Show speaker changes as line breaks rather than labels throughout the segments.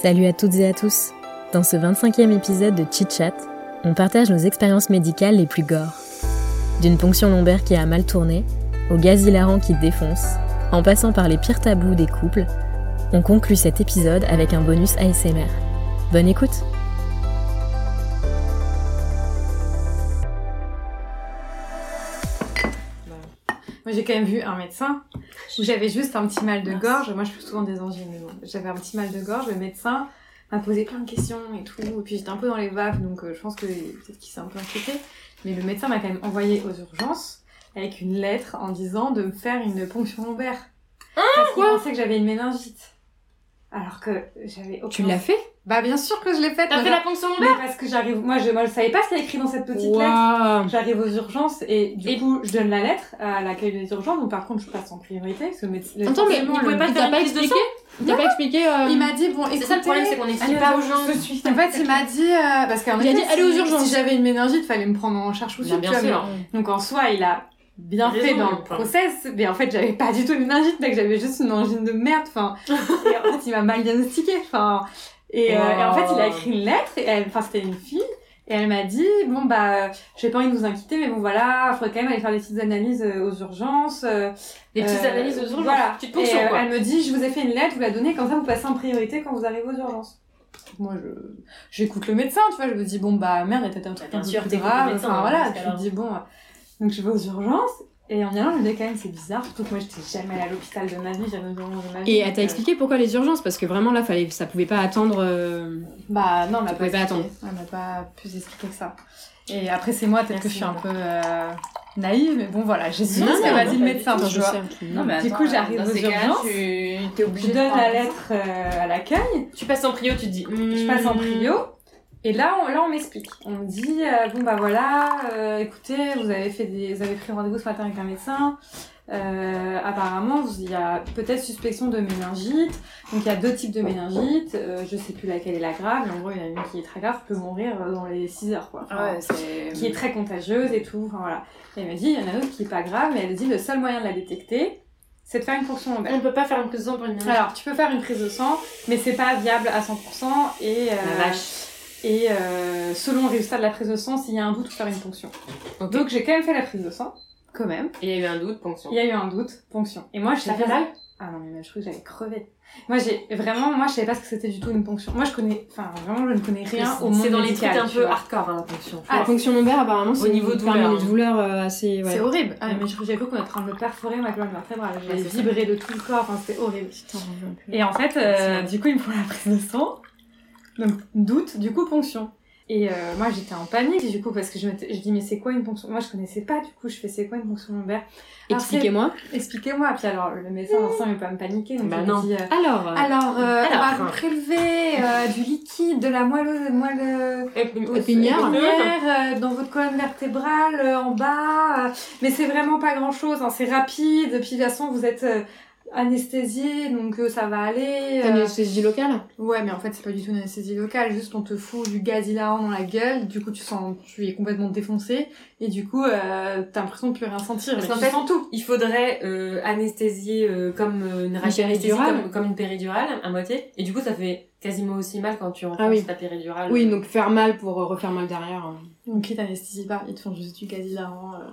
Salut à toutes et à tous. Dans ce 25e épisode de Chit Chat, on partage nos expériences médicales les plus gore. D'une ponction lombaire qui a mal tourné, au gaz hilarant qui défonce, en passant par les pires tabous des couples, on conclut cet épisode avec un bonus ASMR. Bonne écoute
Moi, j'ai quand même vu un médecin où j'avais juste un petit mal de gorge. Moi, je fais souvent des angines, mais bon, j'avais un petit mal de gorge. Le médecin m'a posé plein de questions et tout. Et puis, j'étais un peu dans les vapes, donc euh, je pense que peut-être qu'il s'est un peu inquiété. Mais le médecin m'a quand même envoyé aux urgences avec une lettre en disant de me faire une ponction lombaire.
Ah
parce qu'il pensait que j'avais une méningite. Alors que j'avais aucun...
Tu l'as fait
Bah, bien sûr que je l'ai faite.
T'as
mais
fait
genre-
la ponction
mais
lombaire
parce que j'arrive... Moi, je, moi, je savais pas ce qu'il y avait écrit dans cette petite lettre.
Waouh.
J'arrive aux urgences et du
Et-
coup je donne la lettre à l'accueil des urgences donc par contre je passe en priorité parce que le médecin
Attends, mais
forcément,
il pouvait
le-
pas te
Il
faire
t'a
une
pas
prise de
expliqué Il t'a pas expliqué euh,
il m'a dit bon
C'est ça le problème, c'est qu'on
allez
n'explique pas aux gens.
je suis en fait il m'a dit euh, parce qu'en
Il a
effet,
dit, allez aux
si-
urgences.
si j'avais une méningite fallait me prendre en charge tout de
Bien,
suite
bien
tu vois,
sûr.
mais- donc en soi il a bien
Raison,
fait dans
le
le
pain.
process mais en fait j'avais pas du tout une méningite mec j'avais juste une angine de merde enfin et en fait il m'a mal diagnostiqué enfin et, euh, et en fait il a écrit une lettre et elle- enfin c'était une fille et elle m'a dit bon bah j'ai pas envie de vous inquiéter mais bon voilà faudrait quand même aller faire des petites analyses euh, aux urgences euh,
Des petites
euh,
analyses aux urgences.
Voilà.
Petite
Et,
ponction,
euh,
quoi.
elle me dit, je vous ai fait une lettre, vous la donnez, comme ça vous passez en priorité quand vous arrivez aux urgences. Moi, je, j'écoute le médecin, tu vois, je me dis, bon, bah, merde, elle était un truc
Bien
un peu
sûr,
plus
t'écoutes le
grave.
médecin,
Enfin,
hein,
voilà,
parce
je
qu'alors-
me dis, bon, euh, donc je vais aux urgences, et en y allant, je me dis, quand même, c'est bizarre, surtout que moi, j'étais jamais allée à l'hôpital de ma vie, jamais aux urgences de ma vie.
Et
donc,
elle t'a
euh,
expliqué pourquoi les urgences Parce que vraiment là, fallait, ça pouvait pas attendre. euh,
Bah, non, on m'a pas,
pouvais
expliqué.
pas attendre.
Elle m'a pas plus expliqué que ça. Et après, c'est moi, peut-être que je suis un
Merci,
peu euh, naïve, mais bon, voilà, j'ai suivi
Non,
ce que
non,
m'a
non,
dit le
pas du
médecin,
attends,
tu
je
vois.
sais, tu-
Non, mais
Du
attends,
coup, j'arrives
dans
aux
ces cas-là,
urgences.
Tu t'es
Je
obligé
donne
de
la
prendre.
lettre euh, à l'accueil,
Tu passes en prio, tu te dis. hmm.
Je passe en prio. Et là, on, là, on m'explique. On me dit, euh, bon bah voilà, euh, écoutez, vous avez fait des, vous avez pris rendez-vous ce matin avec un médecin. Euh, apparemment, vous- il y a peut-être suspicion de méningite. Donc il y a deux types de méningite. Euh, je sais plus laquelle est la grave, mais en gros, il y en a une qui est très grave, peut mourir euh, dans les 6 heures, quoi. Enfin,
Ouais, c'est.
Qui est très contagieuse et tout. Enfin voilà. Et elle me dit, il y en a une autre qui est pas grave, mais elle dit le seul moyen de la détecter, c'est de faire une ponction lombaire.
On peut pas faire une prise de sang pour une minute.
Alors, tu peux faire une prise de sang, mais c'est pas viable à 100%. Et, euh,
Ah, La vache.
et euh, selon le résultat de la prise de sang, s'il y a un doute, faut faire une ponction.
Ok.
Donc j'ai quand même fait la prise de sang, quand même.
Il y a eu un doute, ponction.
Il y a eu un doute, ponction. Et moi, je
Ça fait mal
Ah non, mais même, je crois que j'avais crevé. Moi, j'ai vraiment, moi, je savais pas ce que c'était du tout une ponction. Moi, je connais, enfin, vraiment, je ne connais rien au monde
C'est dans les trucs
médical,
un
tu
peu
vois.
hardcore, hein, la ponction.
La
Ah,
fonction lombaire, apparemment, c'est
niveau
une-
douleur,
parmi
hein.
les douleurs euh, assez. ouais.
C'est horrible. Ah, mais je crois que j'ai cru qu'on était en train de me perforer ma colonne vertébrale. J'ai
Ouais, c'est ça.
vibré de tout le corps. Enfin, c'était horrible.
Putain, j'en veux un peu.
Et en fait, euh, du coup, il me faut la prise de sang. Donc, doute, du coup, ponction. Et euh, moi, j'étais en panique, du coup, parce que je me je dis, mais c'est quoi une ponction Moi, je connaissais pas, du coup, je fais, c'est quoi une ponction lombaire Alors, c'est-
Expliquez-moi.
Expliquez-moi. Puis alors, le médecin, Vincent, il veut pas me paniquer, donc
Bah
il
non.
me dit, euh,
Alors. euh,
alors, euh, on va
Alors.
vous prélever euh, du liquide, de la moelle, moelle
Épinière.
épinière, euh, dans votre colonne vertébrale, euh, en bas. euh, mais c'est vraiment pas grand chose, c'est rapide. Puis de toute façon, vous êtes euh, anesthésié, donc euh, ça va aller.
T'as une
euh.
anesthésie locale
Ouais, mais en fait, c'est pas du tout une anesthésie locale, juste on te fout du gaz hilarant dans la gueule, du coup, tu sens, tu es complètement défoncé, et du coup, euh, t'as l'impression de plus rien sentir,
Parce
mais
qu'en
tu
fait-
sens tout.
Il faudrait euh, anesthésier euh, comme euh, une rachis-
péridurale.
anesthésie, comme, comme une péridurale à moitié. Et du coup, ça fait quasiment aussi mal quand tu enfonces
Ah oui.
ta péridurale.
Oui, donc faire mal pour euh, refaire mal derrière. euh.
Donc, ils t'anesthésient pas, bah, ils te font juste du gaz hilarant. euh.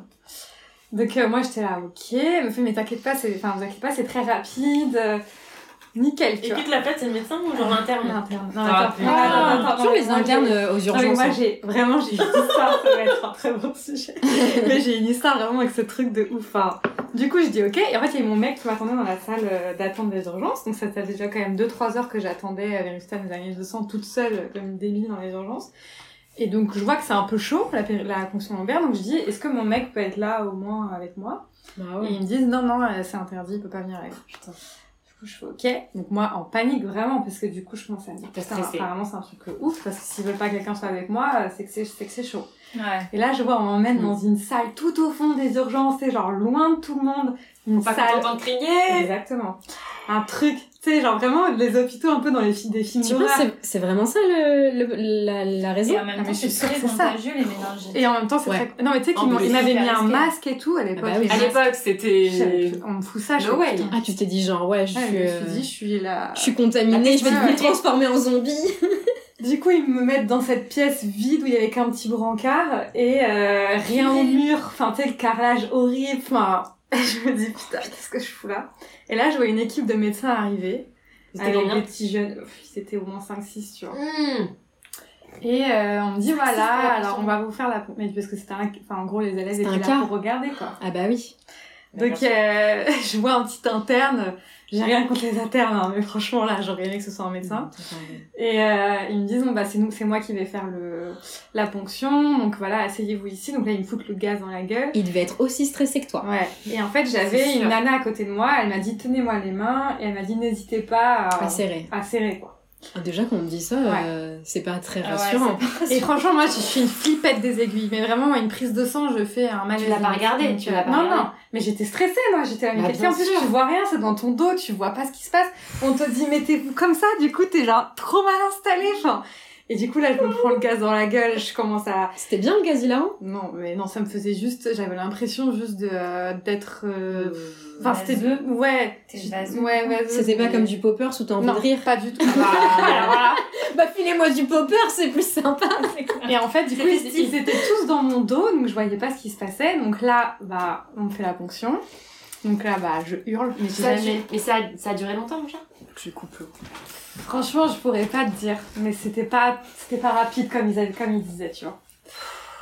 Donc, euh, moi, j'étais là, ok, elle me fait, mais t'inquiète pas, c'est, enfin, vous inquiétez pas, c'est très rapide, euh, nickel, tu
Et
vois.
qui te la fait, c'est le médecin ou genre l'interne
Interne. Non,
Ah,
attends,
putain.
non, attends, attends, attends,
Toujours les
moi, j'ai-
internes euh, aux
Non, mais
urgences.
moi,
hein.
j'ai vraiment, j'ai une histoire, ça va être un très bon sujet. Mais j'ai une histoire vraiment avec ce truc de ouf. hein. Du coup, je dis ok. Et en fait, il y a mon mec qui m'attendait dans la salle euh, d'attente des urgences. Donc, ça faisait déjà quand même 2-3 heures que j'attendais euh, à vérifier mes analyses de sang toute seule, euh, comme une débile dans les urgences. Et donc, je vois que c'est un peu chaud, la, péri- la ponction lombaire. Donc, je dis, est-ce que mon mec peut être là au moins avec moi
Bah ouais.
Et ils me disent, non, non, euh, c'est interdit, il peut pas venir avec. Du
Putain.
coup, coup, je fais ok. Donc moi, en panique vraiment, parce que du coup, je commence à me dire, putain,
stressée.
apparemment, c'est un truc euh, ouf, parce que s'ils veulent pas que quelqu'un soit avec moi, euh, c'est que c'est c'est que c'est chaud.
Ouais.
Et là, je vois, on m'emmène
Mm.
dans une salle tout au fond des urgences, c'est genre loin de tout le monde. Une
Pas
salle.
content de crier
Exactement. Un truc, tu sais, genre vraiment les hôpitaux un peu dans les films des films
Tu penses
d'horreur.
que c'est- c'est vraiment ça le, le- la, la raison
Et en même
Attends,
temps, je
Ah, c'est
suis très
ça.
contagieux, les méningites.
Et en même temps, c'est
Ouais.
très... Non, mais tu sais
En
qu'ils m'ont-
plus,
ils m'avaient
hyper
mis un
risqué.
masque et tout à l'époque.
Ah bah oui.
les
À
masques,
l'époque, euh, bah
je savais
c'était.
plus- On me fout ça, je
No
me dis,
way.
putain.
Ah, tu t'es dit genre, ouais, je
Ouais,
suis,
je me
euh,
suis dit, Bah, je suis là.
je suis contaminée, je vais
Ouais.
me transformer en zombie.
Du coup, ils me mettent dans cette pièce vide où il y avait qu'un petit brancard et euh, rien au mur. Enfin, tu sais, le carrelage horrible. Enfin, je me dis, putain, qu'est-ce que je fous là Et là, je vois une équipe de médecins arriver.
C'était
Avec des
combien
petits jeunes. Pff, C'était au moins 5-6, tu vois.
Mmh.
Et euh, on me dit
c'est pour
voilà,
la
alors
personne.
on va vous faire la pompe. Mais parce que c'était un... enfin, en gros les élèves
C'était
étaient
un
là
cas.
pour regarder quoi.
Ah bah oui.
Donc euh, je vois un petit interne, j'ai rien contre les internes, hein, mais franchement là j'aurais aimé que ce soit un médecin. Et euh, ils me disent bon bah c'est nous, c'est moi qui vais faire le la ponction, donc voilà asseyez-vous ici. Donc là ils me foutent le gaz dans la gueule.
Il devait être aussi stressé que toi.
Ouais. Et en fait
C'est
j'avais
sûr.
une nana à côté de moi, elle m'a dit tenez-moi les mains et elle m'a dit n'hésitez pas à,
Pas serré.
à serrer quoi.
Ah, Déjà qu'on me dit ça, euh, c'est pas très
Ah ouais,
rassurant.
Et franchement, moi, je suis une flippette des aiguilles. Mais vraiment, moi, une prise de sang, je fais un malaise.
Tu l'as pas regardé,
Donc,
tu l'as pas
Non,
regardé.
non. Mais j'étais stressée, moi. J'étais là, mais
Bah,
quelqu'un, en
bien
plus, tu vois rien, c'est dans ton dos, tu vois pas ce qui se passe. On te dit, mettez-vous comme ça. Du coup, t'es là, trop mal installée, enfin. Et du coup, là, je me prends le gaz dans la gueule, je commence à...
C'était bien le hein gaz hilarant
Non, mais non, ça me faisait juste... J'avais l'impression juste de, euh, d'être... euh, Enfin, c'était...
vaseux.
Ouais.
T'es vaseux.
Ouais, vaseux.
C'était pas comme du popper sous ton envie
Non,
de rire.
pas du tout.
Bah,
Bah filez-moi du popper, c'est plus sympa.
Et en fait, du coup, ils, ils étaient tous dans mon dos, donc je voyais pas ce qui se passait. Donc là, bah, on me fait la ponction. Donc là, bah, je hurle, mais j'ai
ça a
jamais.
duré- Mais ça a- ça a duré longtemps, mon chat
Je coupe le Franchement, je pourrais pas te dire, mais c'était pas, c'était pas rapide comme ils, avaient- comme ils disaient, tu vois.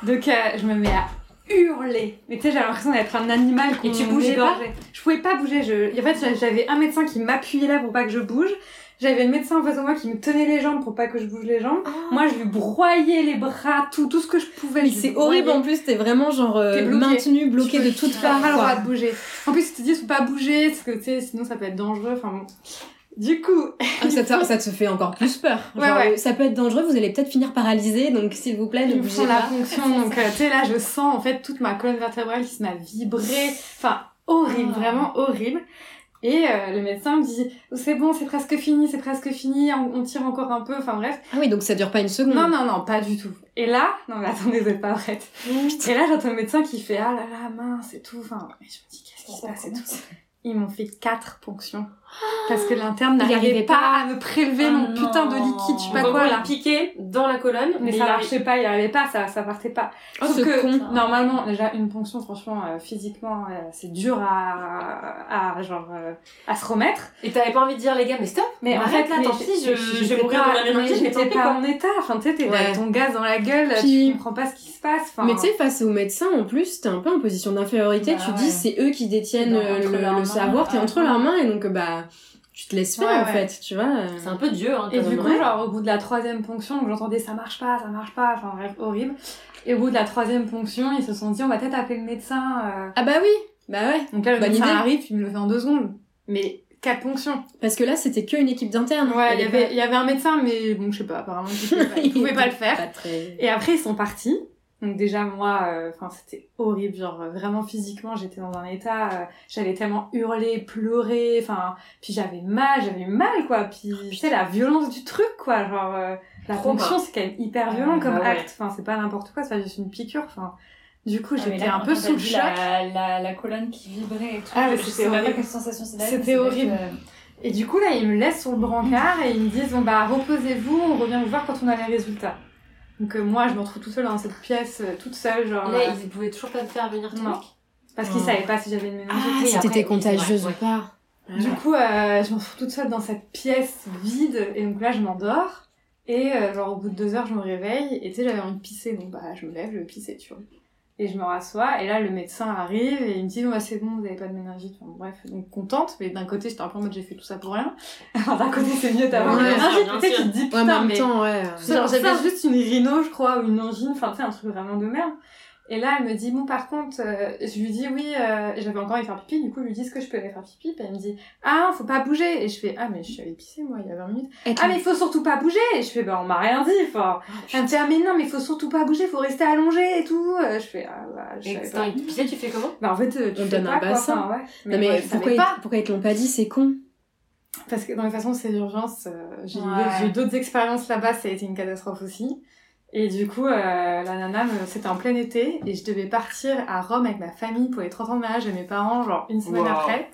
Donc euh, je me mets à hurler. Mais tu sais, j'avais l'impression d'être un animal qu'on
Et tu bougeais pas
égorgeait. Je pouvais pas bouger. Je... En fait, j'a- j'avais un médecin qui m'appuyait là pour pas que je bouge. J'avais le médecin en face de moi qui me tenait les jambes pour pas que je bouge les jambes. Moi, je lui broyais les bras, tout, tout ce que je pouvais.
Ah. Mais
je lui
c'est horrible
broyais.
en plus, t'es vraiment genre euh,
T'es bloqué.
maintenu, bloqué
Tu peux-
de toutes
tu
parts.
n'as pas le droit
quoi.
de bouger. En plus, ils te disent faut pas bouger, parce que tu sais, sinon ça peut être dangereux. Enfin bon. Du coup,
Ah, ça, te- ça te fait encore plus peur.
Ouais,
Genre,
ouais.
euh, Ça peut être dangereux, vous allez peut-être finir paralysé, donc s'il vous plaît, ne
ils me
bougez
font la
pas.
fonction. Donc, euh, tu sais, là, je sens en fait toute ma colonne vertébrale qui se m'a vibré. Enfin, horrible,
Ah.
vraiment horrible. Et euh, le médecin me dit c'est bon, c'est presque fini, c'est presque fini, on, on tire encore un peu. Enfin bref.
Ah oui, donc ça dure pas une
Hmm.
seconde.
Non, non, non, pas du tout. Et là, non, mais attendez, vous êtes pas prête.
Hmm.
Et là, j'entends le médecin qui fait ah là là, mince et tout. Enfin, et je me dis qu'est-ce qui se passe et tout. Ils m'ont fait quatre ponctions. Parce que l'interne n'arrivait
arrivait
pas, à me prélever
Ah
mon putain de
non.
liquide, je sais
Donc,
pas
Donc, en
quoi
gros,
là.
il piquait dans la colonne,
Mais,
il
ça
arrive-
marchait pas, il arrivait pas, ça, ça partait pas.
Oh,
Sauf
ce
que
con.
normalement, déjà une ponction, franchement, euh, physiquement, euh, c'est dur à, à genre euh, à se remettre.
Et t'avais pas envie de dire, les gars, mais stop
Mais en
Arrête
fait,
là,
mais
tant pis, je-
j'étais-
je vais
j'étais
mourir
pas-
de la méningite,
mais
mais tant
J'étais
pis,
pas
quoi.
en état. Enfin, tu sais, t'es
Ouais.
avec ton gaz dans la gueule,
Puis-
tu comprends pas ce qui se passe. Enfin,
Mais tu sais, face aux médecins, en plus, t'es un peu en position d'infériorité.
Bah
tu
ouais.
dis, c'est eux qui détiennent
Non,
euh,
entre
le,
leurs
le
mains,
savoir, t'es
ouais.
entre leurs mains, et donc, euh, bah, tu te laisses faire,
Ouais,
en
Ah ouais.
fait, tu vois. euh.
C'est un peu Dieu, hein,
Et
quand
du
même,
coup,
ouais.
genre, au bout de la troisième ponction, donc j'entendais ça marche pas, ça marche pas, enfin bref, horrible. Et au bout de la troisième ponction, ils se sont dit on va peut-être appeler le médecin. euh.
Ah bah oui Bah ouais
Donc là, le
Bonne
médecin
idée.
arrive, il me le fait en deux secondes. Mais quatre ponctions.
Parce que là, c'était qu'une équipe d'interne.
Ouais, il y, avait, il y avait un médecin, mais bon, je sais pas, apparemment, il pouvait pas, il pouvait pas le faire.
Pas très...
Et après, ils sont partis. Donc déjà, moi, euh, enfin, c'était horrible. Genre, euh, vraiment physiquement, j'étais dans un état... euh, j'avais tellement hurlé, pleuré, enfin... Puis j'avais mal, j'avais mal, quoi. Puis, tu sais, la violence du truc, quoi. Genre, euh, la
Trop,
ponction, c'est quand même hyper violent
Ah,
comme
bah ouais.
acte. Enfin, c'est pas n'importe quoi, c'est pas juste une piqûre, enfin... Du coup,
Ah, mais
j'étais
là,
un peu
quand t'as
sous le
vu
choc.
La, la, la colonne qui vibrait et tout.
Ah, mais
je
c'était
sais même pas
horrible.
quelle sensation c'était.
C'était
mais ça doit
horrible.
être, euh,
Et du coup, là, ils me laissent sur le brancard et ils me disent, bon, bah, reposez-vous, on revient vous voir quand on a les résultats. Donc, euh, moi, je me retrouve toute seule dans cette pièce, euh, toute seule, genre... euh,
Là, ils pouvaient toujours pas te faire venir ton
Non.
mec.
Parce qu'ils savaient pas si j'avais une méningite.
Ah,
oui,
si
après,
t'étais
oui,
contagieuse
ouais, ouais.
ou pas.
Du coup, euh, je me retrouve toute seule dans cette pièce vide, et donc là, je m'endors. Et euh, genre, au bout de deux heures, je me réveille, et tu sais, j'avais envie de pisser, donc bah, je me lève, je vais pisser, tu vois. Et je me rassois, et là, le médecin arrive, et il me dit, Bon, bah, c'est bon, vous avez pas de méningite. Enfin, bref, donc contente, mais d'un côté, j'étais un peu en mode, j'ai fait tout ça pour rien. Alors, d'un côté, c'est mieux d'avoir
Ouais,
une
bien
sûr,
méningite,
bien
mais tu sais,
sûr.
tu te dis,
Ouais, euh, mais
putain,
en même
mais
temps, ouais.
Genre, j'avais juste une rhino, je crois, ou une angine, enfin, tu sais, un truc vraiment de merde. Et là, elle me dit, bon, par contre, euh, je lui dis, oui, euh, j'avais encore aller faire pipi, du coup, je lui dis, est-ce que je peux aller faire pipi Puis elle me dit, ah, faut pas bouger. Et je fais, ah, mais je suis allée pisser, moi, il y a 20 minutes. Ah, mais il faut surtout pas bouger. Et je fais, bah, on m'a rien dit, enfin. elle me fait, ah, mais non, mais il faut surtout pas bouger, faut rester allongé et tout. Euh, Je fais, ah, bah, je
Et
savais
attends,
pas.
il te pissait, tu fais comment
Bah, en fait, euh, tu
On
fais
donne
pas,
un
quoi.
bassin.
Enfin, ouais.
non, mais
moi, je
pourquoi,
savais
ils-
pas.
pourquoi ils te l'ont pas dit C'est con.
Parce que dans les façons, c'est d'urgence. euh, j'ai eu-
Ouais.
j'ai eu d'autres expériences là-bas, ça a été une catastrophe aussi. Et du coup, euh, la nana, me- c'était en plein été, et je devais partir à Rome avec ma famille pour les 30 ans de mariage de mes parents, genre une semaine après.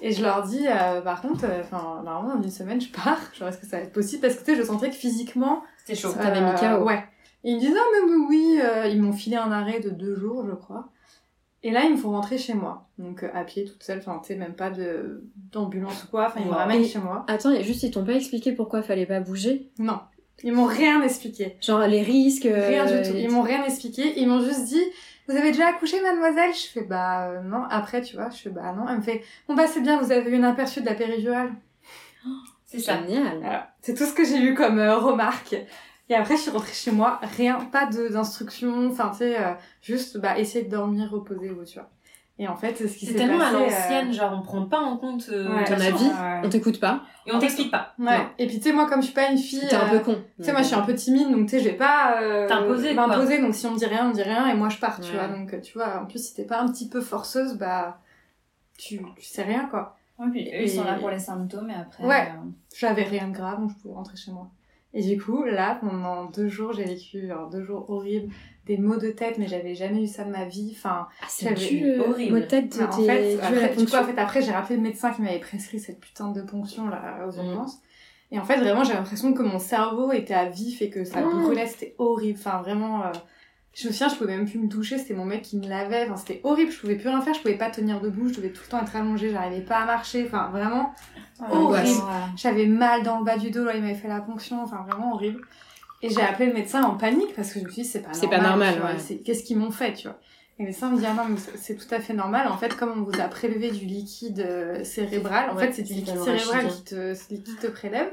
Et je leur dis, euh, par contre, enfin, normalement, en une semaine, je pars. Genre, est-ce que ça va être possible Parce que tu sais, je sentais que physiquement,
C'était chaud.
euh,
t'avais mis KO.
Ouais. Et ils me disent, ah, mais, mais oui, euh, ils m'ont filé un arrêt de deux jours, je crois. Et là, ils me font rentrer chez moi. Donc, euh, à pied, toute seule, enfin, tu sais, même pas de- d'ambulance ou quoi. Enfin, ils me
Wow.
ramènent
Et-
chez moi.
Attends, y a juste ils t'ont pas expliqué pourquoi fallait pas bouger.
Non. Ils m'ont rien expliqué.
Genre les risques. euh,
Rien du tout. Ils m'ont rien expliqué. Ils m'ont juste dit, vous avez déjà accouché, mademoiselle? Je fais, bah, euh, non. Après, tu vois, je fais, bah, non. Elle me fait, bon, bah, c'est bien, vous avez eu un aperçu de la péridurale.
C'est ça.
Génial.
Voilà. C'est tout ce que j'ai eu comme euh, remarque. Et après, je suis rentrée chez moi, rien, pas de- d'instructions, enfin, tu sais, euh, juste bah, essayer de dormir, reposer, vous, tu vois. Et en fait, ce qui s'est
C'est
passé...
tellement à
euh,
l'ancienne, genre on prend pas en compte euh,
Ouais.
ta
Ton
façon.
avis,
ouais.
on t'écoute pas.
Et on t'explique pas.
ouais.
Non.
Et puis, tu sais, moi, comme je suis pas une fille...
T'es un
euh,
peu con.
Tu sais, moi, je suis un peu timide, donc, tu sais, je vais pas... euh,
T'imposer, quoi.
M'imposer, donc si on me dit rien, on me dit rien, et moi, je pars, tu
Ouais.
vois. Donc, euh, tu vois, en plus, si t'es pas un petit peu forceuse, bah... Tu, tu sais rien, quoi.
Ouais, puis eux, ils sont là
Et-
pour les symptômes et après.
Ouais.
euh,
J'avais rien de grave, donc je pouvais rentrer chez moi. Et du coup, là, pendant deux jours, j'ai vécu alors, deux jours horribles, des maux de tête, mais j'avais jamais eu ça de ma vie, enfin...
Ah,
J'avais-
c'est dû euh,
horrible.
aux têtes de
Bah, en
tes-
fait,
dû à la
après, du coup,
ponction.
en fait, après, j'ai rappelé le médecin qui m'avait prescrit cette putain de ponction là aux
Mm.
urgences. Et en fait, vraiment, j'avais l'impression que mon cerveau était à vif et que ça
Mm.
brûlait. C'était horrible. Enfin, vraiment. euh, Je me souviens, je pouvais même plus me toucher. C'était mon mec qui me lavait. Enfin, c'était horrible. Je pouvais plus rien faire. Je pouvais pas tenir debout. Je devais tout le temps être allongée. J'arrivais pas à marcher. Enfin, vraiment.
Oh,
l'angoisse.
Ouais.
J'avais mal dans le bas du dos, là, il m'avait fait la ponction, enfin vraiment horrible. Et j'ai appelé le médecin en panique parce que je me suis dit, c'est pas normal.
C'est pas normal,
tu vois,
ouais.
c'est- Qu'est-ce qu'ils m'ont fait, tu vois. Et le médecin me dit, ah non, mais c'est- c'est tout à fait normal. En fait, comme on vous a prélevé du liquide euh, cérébral, en
Ouais,
fait, c'est du
c'est
liquide
tellement
cérébral
rachidien.
qui te, ce liquide te prélève.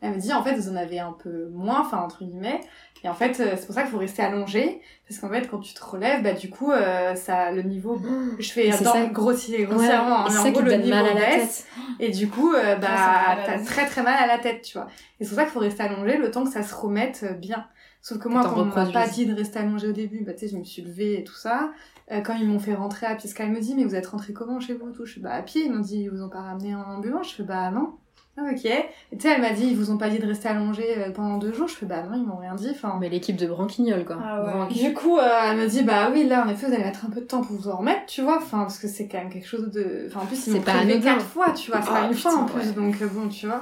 Elle me dit, en fait, vous en avez un peu moins, enfin, entre guillemets. Et en fait, euh, c'est pour ça qu'il faut rester allongé. Parce qu'en fait, quand tu te relèves, bah, du coup, euh, ça, le niveau. Je fais
Et c'est
dans-
ça-
grossier,
Ouais,
grossièrement. hein,
et
mais
c'est
en
ça qui
gros,
te
le
donne
niveau
mal à la
baisse.
tête.
Et du coup, euh,
ça fait
bah,
mal à la
t'as
tête.
très très mal à la tête, tu vois. Et c'est pour ça qu'il faut rester allongé le temps que ça se remette euh, bien. Sauf que moi,
t'en
quand on m'a
reproduises.
pas dit de rester allongé au début, bah, tu sais, je me suis levée et tout ça. Euh, quand ils m'ont fait rentrer à pied, parce qu'elle me dit, mais vous êtes rentré comment chez vous et tout Je fais, bah, à pied. Ils m'ont dit, ils vous ont pas ramené en ambulance Je fais, bah, non. Ah, ok. Et tu sais, elle m'a dit, ils vous ont pas dit de rester allongé euh, pendant deux jours Je fais, bah, non, ils m'ont rien dit. Enfin,
Mais l'équipe de branquignoles, quoi.
Ah ouais.
Branqui-
du coup, euh, elle me dit, bah oui, là, en effet, vous allez mettre un peu de temps pour vous en remettre, tu vois, enfin, parce que c'est quand même quelque chose de... Enfin, en plus, ils
C'est
m'ont
pas
prélevé
anodin.
quatre fois, tu vois, c'est
Ah,
pas une fois en
putain,
plus, donc euh, bon, tu vois.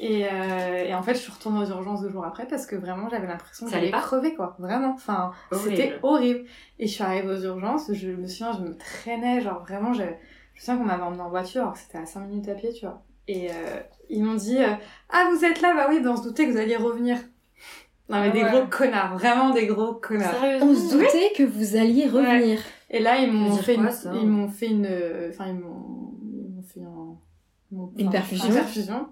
Et, euh, et en fait, je suis retournée aux urgences deux jours après parce que vraiment, j'avais l'impression que
Ça allait
j'allais
pas
crever, quoi, vraiment, enfin,
Horrible.
c'était horrible. Et je suis arrivée aux urgences, je me souviens, je me traînais, genre vraiment, je, je me souviens qu'on m'avait emmenée en voiture, alors que c'était à 5 minutes à pied, tu vois. Et euh, ils m'ont dit, euh, ah, vous êtes là, bah oui, bah, on se doutait que vous alliez revenir. Non mais des
Ouais.
gros connards, vraiment des gros connards.
On
Sérieusement
se doutait que vous alliez revenir.
Et là, ils
Ça
m'ont
veut dire
fait,
quoi,
une-
ça
ils m'ont fait une, euh, enfin ils m'ont, ils m'ont fait un- ils m'ont-
Une
enfin,
perfusion.
une perfusion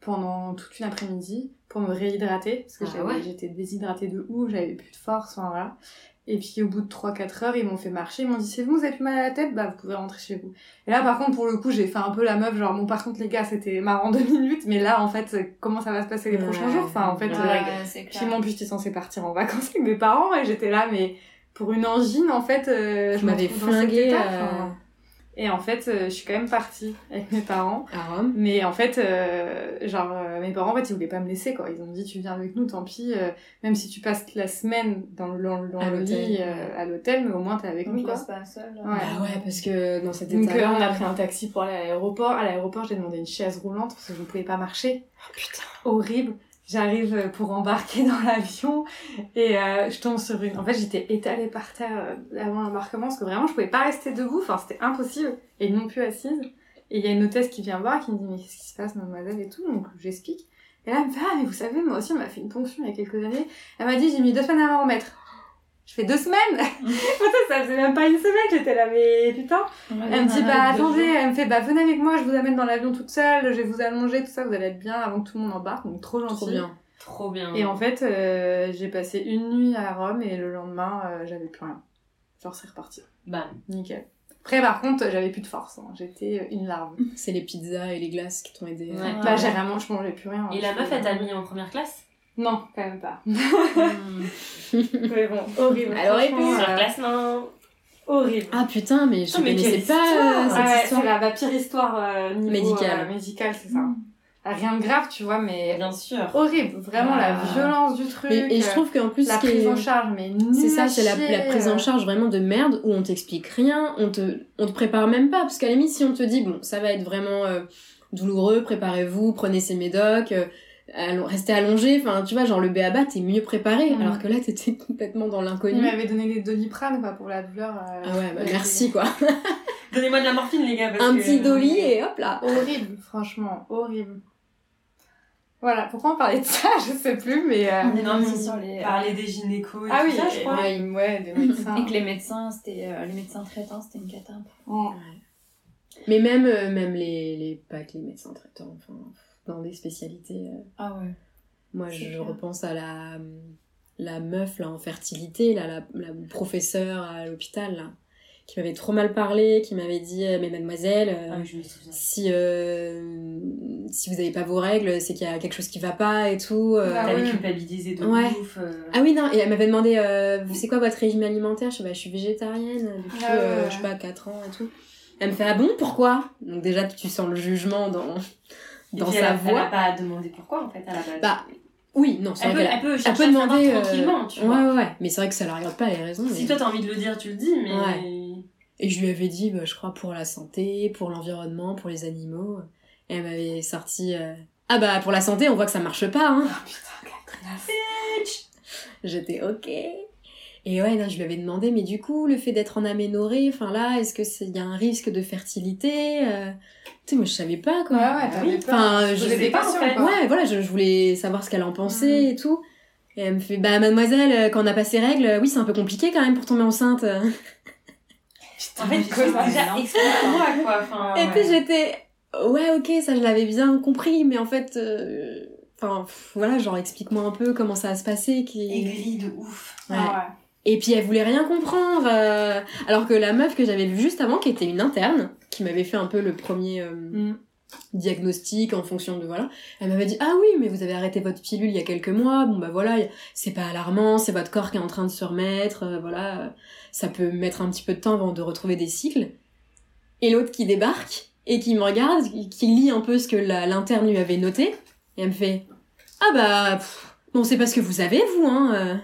pendant toute une après-midi pour me réhydrater parce que
Ah
j'avais-
ouais.
j'étais déshydratée de ouf, j'avais plus de force, enfin voilà. Et puis au bout de 3-4 heures, ils m'ont fait marcher, ils m'ont dit c'est bon, vous avez plus mal à la tête, bah vous pouvez rentrer chez vous. Et là par contre pour le coup j'ai fait un peu la meuf, genre bon par contre les gars c'était marrant deux minutes, mais là en fait euh, comment ça va se passer les
Ouais.
prochains jours, enfin en fait
Ouais,
euh,
c'est clair.
puis moi, en plus, j'étais censée partir en vacances avec mes parents et j'étais là, mais pour une angine, en fait, euh,
Je
me
m'avais
retrouve dans cet
flinguée,
état,
euh,
enfin. Et en fait, euh, je suis quand même partie avec mes parents.
À Rome.
Mais en fait, euh, genre, euh, mes parents, en fait, ils voulaient pas me laisser, quoi. Ils ont dit, tu viens avec nous, tant pis. euh, même si tu passes la semaine dans le, dans le- dans
À
le
l'hôtel,
lit,
ouais.
euh, à l'hôtel, mais au moins, t'es avec
Donc,
nous,
je
quoi.
passe pas seule.
Ouais.
Bah ouais, parce que dans cet
Donc, euh,
état-là,
on a pris un taxi pour aller à l'aéroport. À l'aéroport, j'ai demandé une chaise roulante parce que je ne pouvais pas marcher.
Oh, putain.
Horrible. J'arrive pour embarquer dans l'avion et euh, je tombe sur une. En fait, j'étais étalée par terre euh, avant l'embarquement parce que vraiment, je pouvais pas rester debout. Enfin, c'était impossible. Et non plus assise. Et il y a une hôtesse qui vient me voir et qui me dit Mais qu'est-ce qui se passe, mademoiselle et tout Donc, j'explique. Et là, elle me fait Ah, mais vous savez, moi aussi, on m'a fait une ponction il y a quelques années. Elle m'a dit J'ai mis deux semaines à m'en remettre. Je fais deux semaines
Mmh.
Ça faisait même pas une semaine, j'étais là, mais putain elle me dit bah attendez, elle me fait bah venez avec moi, je vous amène dans l'avion toute seule, je vais vous allonger, tout ça, vous allez être bien avant que tout le monde embarque, donc trop gentil.
trop bien.
Trop bien.
Et en fait, euh, j'ai passé une nuit à Rome et le lendemain, euh, j'avais plus rien. Genre, c'est reparti.
Bam.
Nickel. Après, par contre, j'avais plus de force. hein. J'étais une larve.
C'est les pizzas et les glaces qui t'ont aidé.
Ouais.
Bah, j'ai vraiment, je mangeais plus rien. hein.
Et la meuf, elle t'a mis en première classe
Non, quand même pas.
Hmm.
Mais bon, horrible.
Elle aurait
Franchement,
Sur
euh,
classement.
Horrible.
Ah putain, mais je
Non, mais
connaissais
quelle
pas euh,
histoire.
cette
Ah ouais,
histoire.
c'est la, ma pire histoire euh, niveau,
Médicale. Mm.
euh, médicale, c'est ça. Ah, Rien de grave, tu vois, mais
Bien sûr.
horrible. Vraiment la
Ah.
violence du truc. euh,
Mais- et je trouve qu'en plus,
la
ce qui est-
prise en charge, mais nulle
c'est
à
ça, c'est la,
chier,
la prise en
euh.
charge vraiment de merde où on t'explique rien, on te, on te prépare même pas. Parce qu'à la limite, si on te dit, bon, ça va être vraiment euh, douloureux, préparez-vous, prenez ces médocs, euh, allo- restez allongé, enfin, tu vois, genre le BABA, t'es mieux préparé.
Mm.
Alors que là, t'étais complètement dans
Il
l'inconnu.
m'avait donné des doliprane quoi, pour la douleur. euh,
Ah ouais, bah
euh,
merci quoi.
Donnez-moi de la morphine, les gars. parce
Un
que-
petit dolly
euh,
et hop là.
Horrible, franchement, horrible. Voilà, pourquoi on parlait de ça Je sais plus, mais. euh,
On est
Non, mais-
parti sur les. euh,
Parler des gynécos et
Ah
tout
oui,
ça, je crois.
ouais, ouais, des médecins.
Et que les médecins, c'était euh, les médecins traitants, c'était une cata.
Ouais.
Mais même, euh, même les, les, pas que les médecins traitants, enfin, dans des spécialités. euh,
Ah ouais.
Moi,
C'est
je
clair.
repense à la, la meuf là, en fertilité, là, la, la professeure à l'hôpital, là, qui m'avait trop mal parlé, qui m'avait dit euh, Mais mademoiselle, euh,
Ah oui, je me souviens.
si, euh, si vous n'avez pas vos règles, c'est qu'il y a quelque chose qui va pas et tout. euh.
Ah
T'avais
ouais.
culpabilisé de
Ouais.
ouf. euh.
Ah oui, non, et elle m'avait demandé euh, C'est quoi votre régime alimentaire Je sais pas, je suis végétarienne depuis,
Ah ouais,
euh,
ouais.
je sais pas, 4 ans et tout. Elle me fait Ah bon, pourquoi Donc, déjà, tu sens le jugement dans,
Et
dans
puis,
sa
elle, a- elle a
voix.
pas demandé pourquoi, en fait, à la base.
Bah, oui, non, c'est
elle,
vrai
peut,
qu'elle a-
elle peut
Elle
chercher
peut
à savoir
demander euh,
tranquillement, tu
ouais,
vois.
Ouais, ouais, mais c'est vrai que ça la regarde pas, elle a raison. mais-
Si toi, t'as envie de le dire, tu le dis, mais...
Et je lui avais dit, bah, je crois, pour la santé, pour l'environnement, pour les animaux. Et elle m'avait sorti, euh, ah bah pour la santé, on voit que ça marche pas. Hein.
Ah, putain, quelle connasse.
J'étais ok. Et ouais, non, je lui avais demandé, mais du coup, le fait d'être en aménorrhée, enfin là, est-ce que c'est- il y a un risque de fertilité euh, Tu sais, mais je savais pas quoi.
Ouais, ouais,
Ah
t'avais
oui.
peur.
Enfin,
Tu
je
posais
sais
des
pas, en
questions,
fait.
quoi.
Ouais, voilà, je, je voulait savoir ce qu'elle en
Mm.
pensait et tout. Et elle me fait, bah mademoiselle, euh, quand on n'a pas ses règles, euh, oui, c'est un peu compliqué quand même pour tomber enceinte.
En
Putain,
fait, il faut déjà explique-moi, quoi. Enfin,
Et
Ah ouais.
puis j'étais ouais ok ça je l'avais bien compris mais en fait euh, enfin pff, voilà genre explique-moi un peu comment ça a se passé qui
Aigrie de ouf.
Ouais.
Ah
et puis elle voulait rien comprendre euh, alors que la meuf que j'avais vue juste avant qui était une interne qui m'avait fait un peu le premier euh,
ouais. Mm.
diagnostic en fonction de voilà elle m'avait dit ah oui mais vous avez arrêté votre pilule il y a quelques mois bon bah voilà y- c'est pas alarmant c'est votre corps qui est en train de se remettre euh, voilà euh, ça peut mettre un petit peu de temps avant de retrouver des cycles et l'autre qui débarque et qui me regarde qui- qui lit un peu ce que la- l'interne lui avait noté et elle me fait ah bah pff, bon c'est pas ce que vous avez vous hein euh.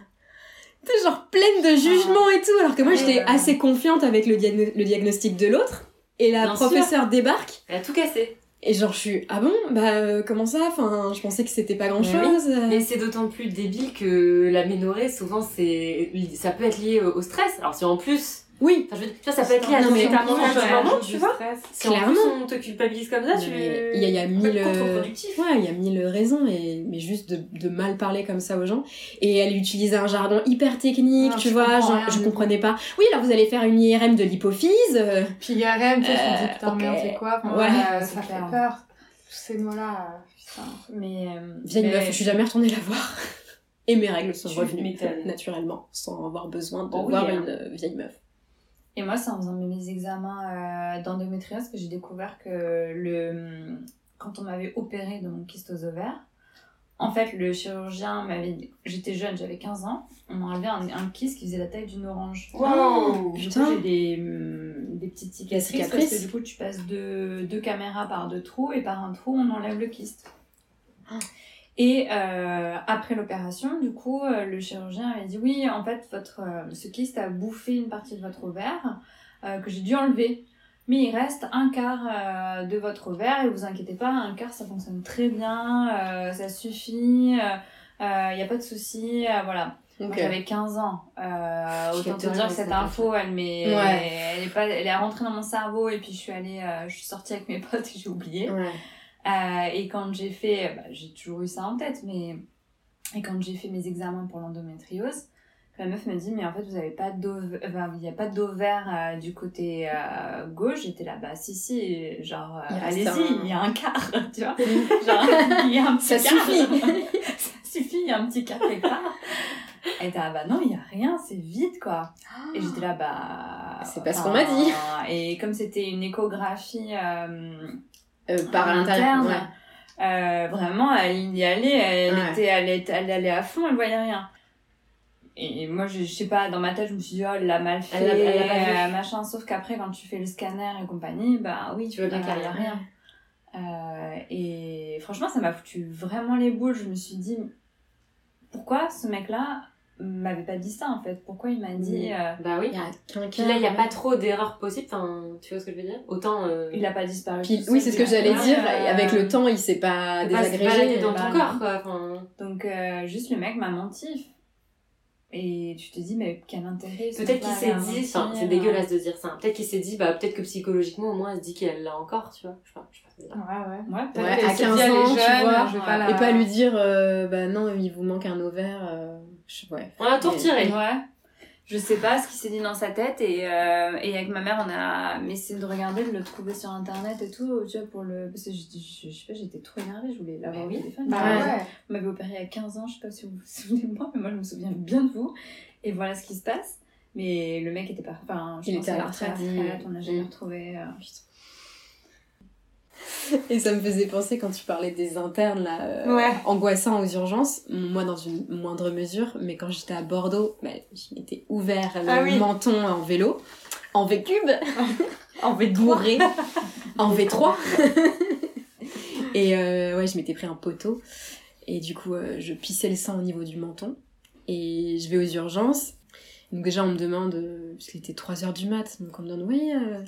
T'es genre pleine de jugement et tout alors que moi
Ouais,
j'étais
bah, ouais.
assez confiante avec le, diagno- le diagnostic de l'autre et la
Bien sûr.
professeure débarque
Elle a tout cassé.
et genre je suis ah bon bah euh, comment ça enfin je pensais que c'était pas Euh, grand chose.
Mais c'est d'autant plus débile que l'aménorrhée, souvent, c'est ça peut être lié au au stress. Alors, si en plus...
Oui.
Enfin, je veux dire, tu vois, ça peut être lié à
Non,
ton
mais
état
comment
mental
tu
du
réagis
moment, tu vois. Si en plus,
Clairement.
on te culpabilise comme ça, tu...
Mais Il y a, il y a
C'est
mille euh,
contre-productif.
ouais il y a mille raisons et mais juste de, de mal parler comme ça aux gens et elle utilisait un jargon hyper technique
Ah,
Non,
tu
je
vois
comprends
genre
rien,
je
mais
comprenais pas. Oui alors vous allez faire une IRM de l'hypophyse. euh,
Puis il y a RM, tu sais, tu te
Euh,
dis putain,
ok.
merde, c'est quoi Enfin,
Ouais,
voilà,
c'est
Ça fait
clair.
peur. Tous ces mots-là, euh, putain.
Mais. euh,
vieille
mais-
meuf je suis jamais retournée la voir. Et mes règles sont
Tu
revenues
m'étonnes.
naturellement sans avoir besoin de
Oh, oui,
voir
hein.
une euh, vieille meuf.
Et moi, c'est en faisant mes examens euh, d'endométriose que j'ai découvert que le... hum, quand on m'avait opéré de mon kyste aux ovaires, en fait, le chirurgien m'avait dit... J'étais jeune, j'avais 15 ans, on m'a enlevé un, un kyste qui faisait la taille d'une orange.
Wow.
Du
Oh, Putain.
coup, j'ai des, hum, des petites cicatrices,
cicatrices.
parce que du coup, tu passes de deux caméras par deux trous et par un trou, on enlève le kyste. Ah. Et euh, après l'opération, du coup, euh, le chirurgien avait dit oui, en fait, votre, euh, ce kyste a bouffé une partie de votre ovaire euh, que j'ai dû enlever. Mais il reste un quart euh, de votre ovaire et vous inquiétez pas, un quart ça fonctionne très bien, euh, ça suffit, il n'y a pas de souci, euh, voilà. Moi, J'avais 15 ans. Euh,
Je
autant te
suis
dire que
adorée,
cette
cette
info, elle m'est,
Ouais.
elle est pas, elle est rentrée dans mon cerveau et puis je suis allée, euh, je suis sortie avec mes potes et j'ai oublié.
Ouais.
Euh, et quand j'ai fait, bah, j'ai toujours eu ça en tête, mais et quand j'ai fait mes examens pour l'endométriose, la meuf me dit mais en fait vous avez pas d'ovaire, il y a pas d'ovaire euh, du côté euh, gauche. J'étais là bah si si, genre euh,
Il reste
allez-y,
un-
il y a un quart, tu vois, genre il y a un petit
Ça
quart.
suffit.
ça suffit. il y a un petit café quelque part. Elle était là, bah non, il y a rien, c'est vide, quoi. Et j'étais là, bah.
C'est pas ce qu'on m'a
enfin,
dit.
Et comme c'était une échographie euh,
Euh, par l'intérieur.
interne,
ouais.
euh, vraiment, elle y allait, elle,
Ouais.
était, elle, est- elle allait à fond, elle voyait rien. Et moi, je, je sais pas, dans ma tête, je me suis dit, oh, elle l'a mal fait,
Elle l'a- elle l'a pas vu.
euh, machin. Sauf qu'après, quand tu fais le scanner et compagnie, bah oui, tu
vois bien
qu'il
qu'il y
n'y
a
a rien. Euh, et franchement, ça m'a foutu vraiment les boules. Je me suis dit, pourquoi ce mec-là m'avait pas dit ça en fait Pourquoi il m'a dit.
Mm.
euh,
Bah oui.
Il y a qu'un
Puis
cas.
là, il n'y a pas trop d'erreurs possibles. Enfin, tu vois ce que je veux dire Autant. euh,
il a pas disparu.
Puis-
tout
oui, c'est
seul,
ce
il
que
a-
j'allais
Ouais,
dire.
euh,
Et avec le temps, il s'est pas
faut pas se
désagrégé.
balader dans ton
bah,
corps, quoi. Enfin,
Donc, euh, juste le mec m'a menti. Et tu te dis, mais quel intérêt ce
peut-être
soir
qu'il
à
s'est
la
dit.
mentir,
Enfin, c'est
hein.
euh,
dégueulasse de dire ça. Peut-être qu'il s'est dit, bah, peut-être que psychologiquement, au moins, elle se dit qu'elle l'a encore, tu vois. Je sais pas. je sais pas ce que je veux dire.
Ah, Ouais, ouais.
hein. Ouais,
Ouais,
peut-être.
Peut-être
à
qu'elle s'est
15
dit, elle est
ans, tu
jeune,
hein.
vois,
je vais pas la-
Et pas lui dire, euh, bah non, il vous manque un ovaire. euh, je- ouais.
On a tout
Mais-
retiré.
Ouais. Je sais pas ce qu'il s'est dit dans sa tête. Et, euh, et avec ma mère, on a mais essayé de regarder, de le trouver sur internet et tout. Tu vois, pour le. Parce que je, je, je sais pas, j'étais trop énervée. Je voulais l'avoir
Bah oui.
au téléphone.
Bah
Ouais.
ouais.
On m'avait opéré à 15 ans, je sais pas si vous vous souvenez de moi, mais moi je me souviens bien de vous. Et voilà ce qui se passe. Mais le mec était pas. Enfin, je
Il
pense
était à
à
la retraite.
retraite, on l'a jamais
Mm.
retrouvé. euh, putain.
Et ça me faisait penser quand tu parlais des internes là, euh,
Ouais.
angoissants aux urgences, moi dans une moindre mesure, mais quand j'étais à Bordeaux, bah, je m'étais ouvert le
Ah oui.
menton en vélo, en V-cube,
En fait,
bourré, en V3. et euh, ouais, je m'étais pris un poteau, et du coup, euh, je pissais le sang au niveau du menton, et je vais aux urgences. Donc déjà, on me demande, euh, parce qu'il était 3h du mat, donc on me demande, oui, euh,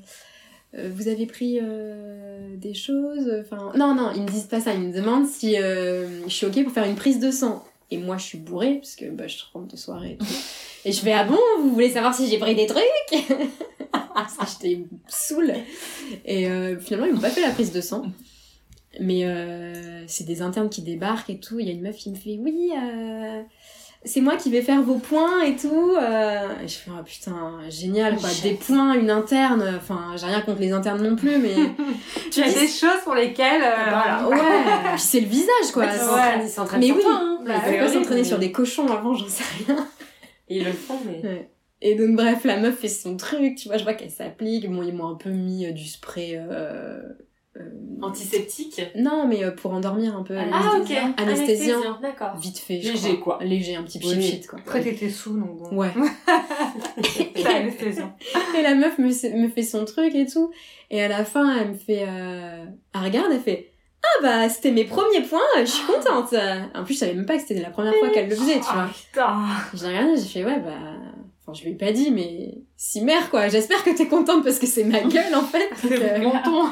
euh, vous avez pris euh, des choses enfin non non ils me disent pas ça ils me demandent si euh, je suis ok pour faire une prise de sang et moi je suis bourrée parce que bah, je rentre de soirée et tout et je fais ah bon vous voulez savoir si j'ai pris des trucs parce que j'étais saoule et euh, finalement ils m'ont pas fait la prise de sang mais euh, c'est des internes qui débarquent et tout il y a une meuf qui me fait oui euh, c'est moi qui vais faire vos points et tout. euh. Et je fais, ah putain, génial quoi. Des points, une interne. Enfin, j'ai rien contre les internes non plus, mais.
tu as
dis-
des choses pour lesquelles. euh,
Voilà, ouais. Puis c'est le visage, quoi.
Ils
Ouais.
C'est-
s'entraînent- Ils s'entraînent
Mais
sur
oui,
toi, hein.
ils
C'est
peuvent pas
horrible,
s'entraîner
mais-
sur des cochons avant, j'en sais rien.
Ils le font, mais.
Et donc, bref, la meuf fait son truc, tu vois, je vois qu'elle s'applique. Bon, ils m'ont un peu mis euh, du spray. Euh, euh,
Antiseptique.
Non, mais euh, pour endormir un peu.
Ah, ok.
Anesthésiant.
Anesthésiant. D'accord.
Vite fait, je
Léger,
crois.
quoi.
Léger, un petit
Oui.
pchit quoi.
Après, t'étais sous, donc bon.
Ouais.
T'as anesthésiant.
Et la meuf me, me fait son truc et tout. Et à la fin, elle me fait. Euh... Elle regarde, elle fait. Ah bah, c'était mes premiers points, je suis
Ah.
contente. En plus, je savais même pas que c'était la première fois qu'elle le faisait, tu vois.
putain.
J'ai regardé, j'ai fait, ouais, bah. Enfin, je lui ai pas dit, mais. Si mère, quoi. J'espère que t'es contente parce que c'est ma gueule, en fait. Donc,
C'est
euh,
mon menton.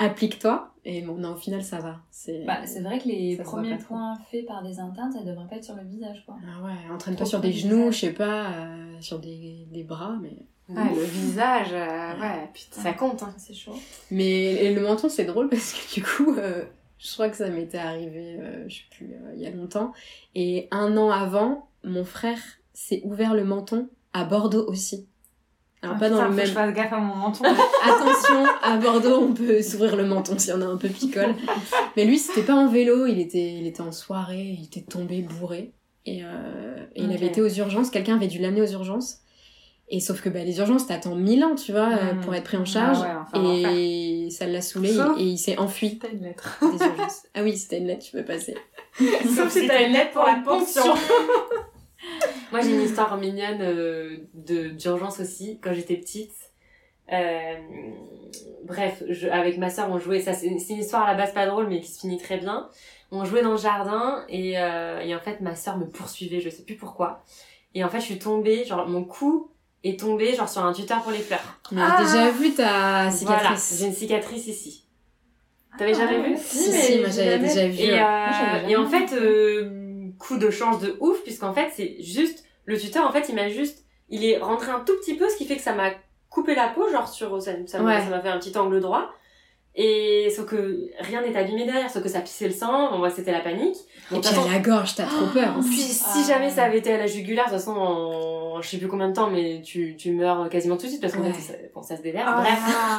Applique-toi. Et bon, non, au final, ça va. C'est.
Bah, c'est vrai que les
Ça se voit
premiers
pas trop.
points faits par des internes, ça devrait pas être sur le visage, quoi.
Ah ouais, entraîne-toi sur des genoux, je sais pas, euh, sur des, des bras, mais.
Ouais, le visage, euh, ouais, putain.
Ça compte, hein.
C'est chaud.
Mais et le menton, c'est drôle parce que du coup, euh, je crois que ça m'était arrivé, euh, je sais plus, euh, il y a longtemps. Et un an avant, mon frère s'est ouvert le menton à Bordeaux aussi. Alors,
Ah,
pas dans
putain,
le
faut que
même.
Je fasse gaffe à mon menton.
Attention, à Bordeaux, on peut s'ouvrir le menton si on a un peu picole. Mais lui, c'était pas en vélo, il était, il était en soirée, il était tombé bourré. Et, euh, et il
Ok.
avait été aux urgences, quelqu'un avait dû l'amener aux urgences. Et sauf que bah, les urgences, t'attends mille ans, tu vois, euh,
Mm.
pour être pris en charge.
Ah ouais, enfin,
Et ça l'a saoulé
Ça
il- et il s'est enfui
T'as une lettre.
des urgences. Ah oui, c'était une lettre, tu peux passer.
Sauf si t'as une lettre pour la ponction.
Moi, j'ai une histoire mignonne euh, de d'urgence aussi, quand j'étais petite. Euh, bref, je- avec ma sœur, on jouait. Ça, c'est c'est une histoire à la base pas drôle, mais qui se finit très bien. On jouait dans le jardin et, euh, et en fait, ma sœur me poursuivait, je sais plus pourquoi. Et en fait, je suis tombée, genre mon cou est tombé, genre sur un tuteur pour les fleurs.
On a déjà vu ta cicatrice.
Voilà, j'ai une cicatrice ici. T'avais
Ah,
jamais vu
Si, si, moi j'avais déjà vu.
et,
ouais.
euh,
j'avais jamais
et en fait, euh, coup de chance de ouf, puisqu'en fait, c'est juste, le tuteur, en fait, il m'a juste, il est rentré un tout petit peu, ce qui fait que ça m'a coupé la peau, genre sur, ça ça m'a
Ouais.
ça m'a fait un petit angle droit. Et sauf que rien n'est abîmé derrière, sauf que ça pissait le sang, bon, moi c'était la panique.
Et
Bon,
puis
de toute façon,
à la gorge, t'as trop peur. hein. en
puis,
plus.
si
Ah.
jamais ça avait été à la jugulaire, de toute façon, en, je sais plus combien de temps, mais tu, tu meurs quasiment tout de suite parce que
Ouais.
ça, bon, ça se déverse.
Ah,
Bref.
Ah.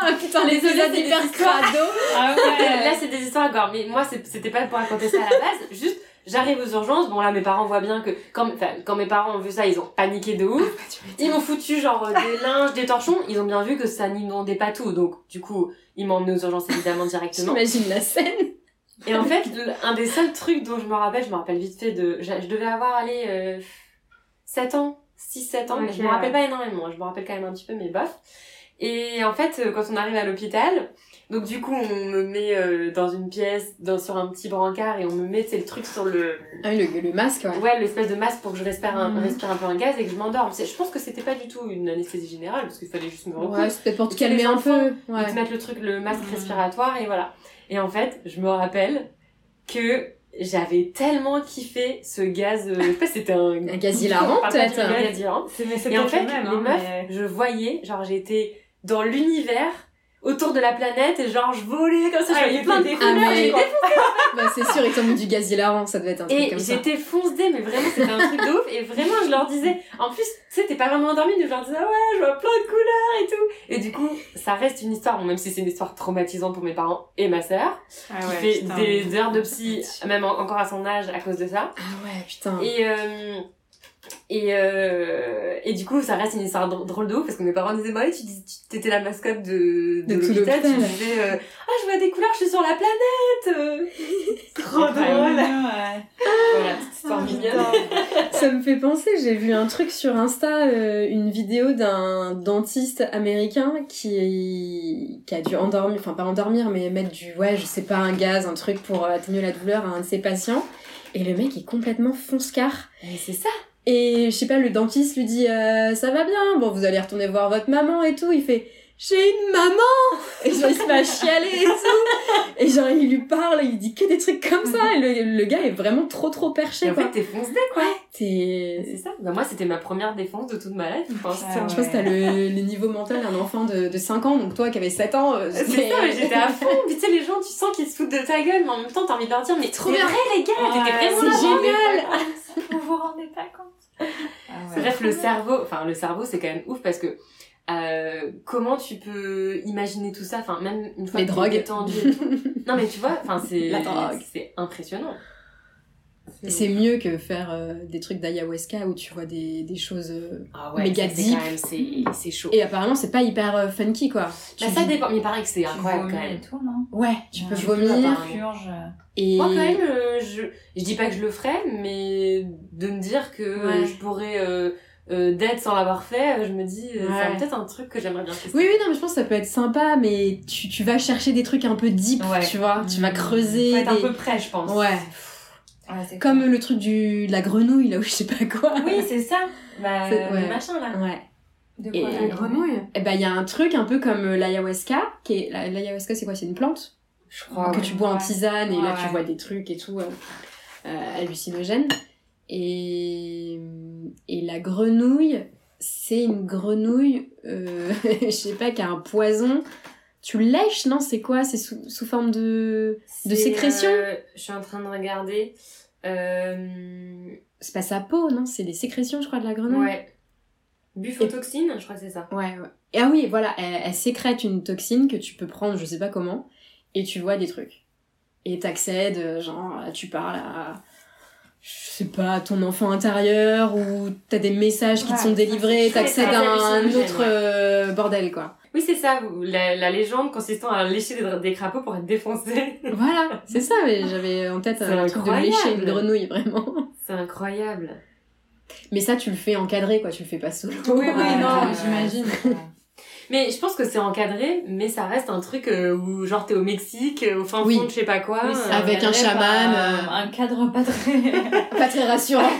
Ah putain, les
Désolée,
épisodes
c'est
hyper
des histoires.
crado.
Ah
Là, c'est des histoires à gore, mais moi, c'est- c'était pas pour raconter ça à la base. Juste, J'arrive aux urgences. Bon, là, mes parents voient bien que quand, enfin, quand mes parents ont vu ça, ils ont paniqué de ouf. Ils m'ont foutu genre euh, des linges, des torchons. Ils ont bien vu que ça n'inondait pas tout. Donc, du coup, ils m'ont emmené aux urgences évidemment directement.
J'imagine la scène.
Et en fait, le- un des seuls trucs dont je me rappelle, je me rappelle vite fait de. Je, je devais avoir allé 7 ans, 6-7 ans, mais je
Ok,
me
ouais.
rappelle pas énormément, je me rappelle quand même un petit peu, mais bof. Et en fait, euh, quand on arrive à l'hôpital, donc du coup, on me met euh, dans une pièce, dans, sur un petit brancard, et on me met, c'est le truc sur le.
Ah oui, le, le masque, ouais.
Ouais, l'espèce de masque pour que je respire un,
Mhm.
respire un peu un gaz et que je m'endorme. C'est- Je pense que c'était pas du tout une anesthésie générale, parce qu'il fallait juste me
Ouais,
recoudre.
c'est peut-être pour te
Parce que les
calmer un peu.
Ils te
Ouais.
mettent le truc, le masque
Mhm.
Mm.
respiratoire et voilà. Et en fait, je me rappelle que j'avais tellement kiffé ce gaz. euh, je sais pas, c'était un.
Un gaz hilarant,
Pardon,
peut-être.
un gaz hilarant.
C'est, mais c'est
Et en
peut-être
fait,
le même,
les
hein,
meufs,
mais-
je voyais, genre j'étais dans l'univers autour de la planète et genre je volais comme ça,
Ah,
je voyais
il
plein de
était
couleurs,
mais-
quoi.
Bah, c'est sûr, ils t'ont mis du gaz hilarant, ça devait
Ah,
être un truc
Et
comme ça.
j'étais foncée, mais vraiment c'était un truc de ouf. Et vraiment je leur disais, en plus, tu sais, t'es pas vraiment endormie, donc je leur disais, Ah ouais, je vois plein de couleurs et tout. Et du coup, ça reste une histoire, bon, même si c'est une histoire traumatisante pour mes parents et ma sœur,
Ah
qui
ouais,
fait
putain.
des heures de psy, même en- encore à son âge à cause de ça.
Ah ouais, putain.
Et, euh, et, euh, et du coup, ça reste une histoire dr- drôle de ouf parce que mes parents disaient, bah oui, tu dis- tu- t'étais la mascotte de, de,
De tout
l'hôpital, tu
l'hôpital.
disais, euh, ah, je vois des couleurs, je suis sur la planète! euh.
Trop
C'est vraiment
drôle. Ah,
Ouais.
Voilà, petite histoire mignonne.
Ça me fait penser, j'ai vu un truc sur Insta, euh, une vidéo d'un dentiste américain qui, qui a dû endormir, enfin pas endormir, mais mettre du, ouais, je sais pas, un gaz, un truc pour atténuer la douleur à un de ses patients. Et le mec est complètement fonce-car.
Mais c'est ça!
Et je sais pas, le dentiste lui dit euh, ça va bien, bon vous allez retourner voir votre maman et tout. Il fait j'ai une maman et genre il se met à chialer et tout. Et genre il lui parle, il dit que des trucs comme ça. Et le, le gars est vraiment trop trop perché
Et en
quoi.
fait, t'es foncée, quoi!
T'es-
C'est ça. Bah, moi, c'était ma première défense de toute ma life, je pense.
Ah
Je
ouais.
pense que t'as le, le niveau mental d'un enfant de, de 5 ans, donc toi qui avais 7 ans. euh,
C'est ça, mais j'étais à fond. Puis tu sais, les gens, tu sens qu'ils se foutent de ta gueule, mais en même temps, t'as envie de leur dire, mais trop
bien.
vrai, les gars,
Ouais,
t'étais vraiment
c'est
là-bas.
génial.
Vous vous rendez pas compte Ah ouais.
Bref, le cerveau, enfin le cerveau, c'est quand même ouf parce que euh, comment tu peux imaginer tout ça, enfin même une fois
Les
que t'es
drogues.
détendu et tout. non mais tu vois, enfin c'est
La drogue.
c'est impressionnant.
Et C'est mieux que faire euh, des trucs d'ayahuasca où tu vois des, des choses. euh,
ah
méga
ça, c'est
deep.
quand même c'est c'est chaud.
Et apparemment, c'est pas hyper euh, funky quoi. Tu
Bah, ça
vis-
dépend, mais il paraît que c'est
Tu
incroyable quand
vomis
même.
et tout, non
Ouais, tu peux
Ouais.
vomir.
Apparemment.
Purge.
Et...
Moi quand même, euh, je je dis pas que je le ferais, mais de me dire que euh,
Ouais.
je pourrais euh, euh, d'être sans l'avoir fait, euh, je me dis euh,
Ouais.
c'est peut-être un truc que j'aimerais bien tester.
Oui, oui, non, mais je pense que ça peut être sympa, mais tu, tu vas chercher des trucs un peu deep,
Ouais.
tu vois. Tu vas
Mmh.
creuser.
Faut être un
des-
peu prêt, je pense.
Ouais.
Ouais, c'est
Comme
clair.
le truc du, de la grenouille, là, ou je sais pas quoi.
Oui, c'est ça. Bah,
C'est- ouais.
le machin là.
Ouais.
De
et-
quoi
La
la-
grenouille.
Et bah, il y a un truc un peu comme euh, l'ayahuasca, qui est. la- L'ayahuasca, c'est quoi C'est une plante
Je crois.
que tu bois en
Ouais.
tisane et là
Ouais,
tu
ouais.
vois des trucs et tout euh, euh, hallucinogènes. Et, et la grenouille, c'est une grenouille, euh, je sais pas, qui a un poison. Tu lèches, non C'est quoi C'est sous, sous forme de. De
C'est,
sécrétion
euh, Je suis en train de regarder. Euh,
C'est pas sa peau, non C'est des sécrétions, je crois, de la grenouille.
ouais. Bufotoxine, je crois que c'est ça.
Ouais, ouais. Et ah oui, voilà, elle, elle sécrète une toxine que tu peux prendre, je sais pas comment, et tu vois des trucs. Et t'accèdes, euh, genre, tu parles à, je sais pas, à ton enfant intérieur, ou t'as des messages qui
Ouais,
te sont délivrés,
c'est
t'accèdes à
chouette,
un
hallucinogène,
autre
ouais.
euh, bordel, quoi.
Oui, c'est ça. La, la légende consistant à lécher des, des crapauds pour être défoncé.
voilà, c'est ça, mais j'avais en tête
C'est
un truc de
incroyable.
lécher une grenouille, vraiment.
c'est incroyable.
Mais ça, tu le fais encadré, quoi, tu le fais pas solo.
Oui, oui,
Ouais,
non,
ouais,
j'imagine.
ouais.
Mais je pense que c'est encadré, mais ça reste un truc euh, où, genre, t'es au Mexique, euh, au fin fond
Oui.
de je sais pas quoi.
Oui, c'est
euh,
Avec un
cadre
chaman,
pas- euh, Un cadre pas très.
Pas très rassurant.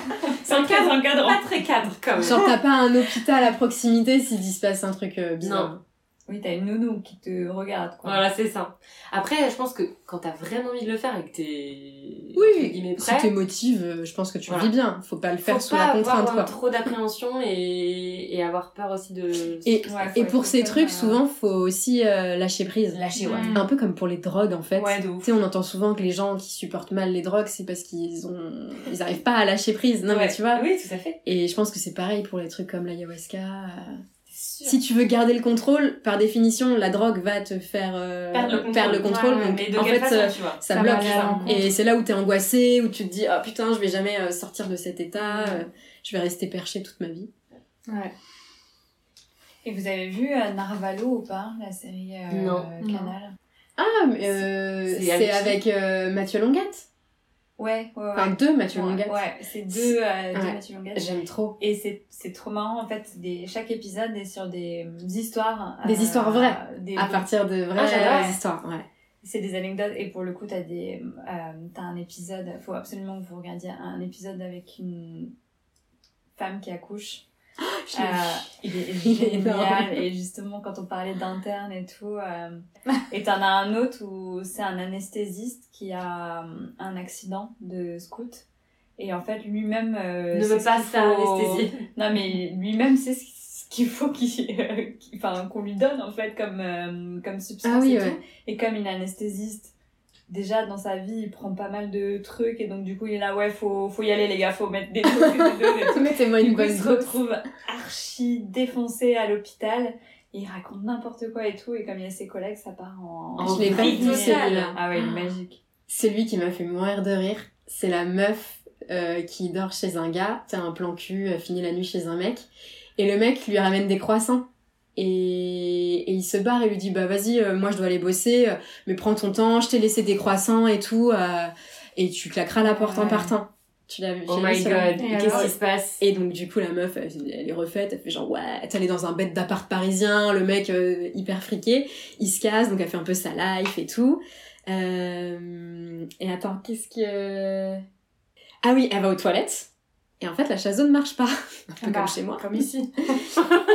C'est un cadre, un cadre. Pas très cadre, comme.
Genre, t'as pas un hôpital à proximité s'il se passe un truc euh, bizarre.
Oui, t'as une nounou qui te regarde, quoi.
Voilà, c'est ça. Après, je pense que quand t'as vraiment envie de le faire et que t'es. entre guillemets,
Oui,
prêt,
si t'es motive, euh, je pense que tu le
Voilà.
vis bien. Faut pas le
faut
faire sous
pas
la contrainte,
avoir euh,
quoi.
trop d'appréhension et, et avoir peur aussi de
Et-
Ouais, faut
Et
être
pour ces
open,
trucs,
euh,
souvent, faut aussi euh, lâcher prise.
Lâcher, ouais.
Mm.
Un peu comme pour les drogues, en fait.
Ouais, de ouf.
Tu sais, on entend souvent que les gens qui supportent mal les drogues, c'est parce qu'ils ont, ils arrivent pas à lâcher prise. Non, mais
Ouais.
tu vois.
oui tout à fait
Et je pense que c'est pareil pour les trucs comme l'ayahuasca. euh,
sûr.
si tu veux garder le contrôle, par définition, la drogue va te faire euh, perdre le contrôle.
Ouais,
donc,
mais de
en
quelle
fait,
façon,
euh,
tu vois
Ça
ça
va
bloque.
aller à l'encontre.
Et c'est là où t'es angoissé, où tu te dis, ah putain, je vais jamais euh, sortir de cet état, euh, je vais rester perché toute ma vie.
Ouais.
Et vous avez vu euh, Narvalo ou pas, la série euh,
Non.
Canal
Ah, mais euh,
C'est- c'est
c'est avec
avec
euh, Mathieu Longuette
Ouais, ouais, ouais.
Enfin, deux Mathieu
ouais,
Longuette.
ouais, c'est deux, euh, deux
Ouais.
Mathieu Longuette.
J'aime trop.
Et c'est c'est trop marrant en fait, des, chaque épisode est sur des euh, histoires.
Des histoires vraies.
des-
À partir de vraies
Ah, j'adore.
histoires, ouais.
C'est des anecdotes et pour le coup t'as des euh, t'as un épisode faut absolument que vous regardiez un épisode avec une femme qui accouche
Je l'ai
Euh, il est
Il est
génial
énorme.
et justement quand on parlait d'interne et tout euh, et t'en as un autre où c'est un anesthésiste qui a euh, un accident de scout et en fait lui-même euh,
Ne
sait
me
ce
pas
qu'il
ça,
faut-
anesthésie.
non, mais lui-même sait ce ce qu'il faut qu'il- euh, qu'il- enfin, qu'on lui donne, en fait, comme, euh, comme substance
Ah oui,
et tout.
ouais.
Et comme il est anesthésiste, déjà, dans sa vie, il prend pas mal de trucs. Et donc, du coup, il est là, ouais, faut, faut y aller, les gars, faut mettre des trucs. des doses et tout.
Mettez-moi
Du
une
coup, il
bonne
se
dose.
retrouve archi défoncé à l'hôpital. Il raconte n'importe quoi et tout. Et comme il y a ses collègues, ça part en...
Oh, Je l'ai pas
vrille
vu,
totale.
celui-là.
Ah ouais, il est magique.
Celui qui m'a fait mourir de rire, c'est la meuf euh, qui dort chez un gars, t'as un plan cul, elle finit la nuit chez un mec, et le mec lui ramène des croissants. Et, et il se barre et lui dit bah vas-y euh, moi je dois aller bosser euh, mais prends ton temps je t'ai laissé des croissants et tout euh, et tu claqueras la porte en
Ouais.
partant tu l'as vu
Oh
j'ai
my
vu ça.
god,
Et
qu'est-ce
alors
qui se passe
Et donc du coup la meuf elle, elle est refaite, elle fait genre ouais, t'es allée dans un bête d'appart parisien, le mec euh, hyper friqué, il se casse donc elle fait un peu sa life et tout. Euh, Et attends, qu'est-ce que... Ah oui, elle va aux toilettes. Et en fait la chasseau ne marche pas, un peu
Bah,
comme chez moi.
Comme ici.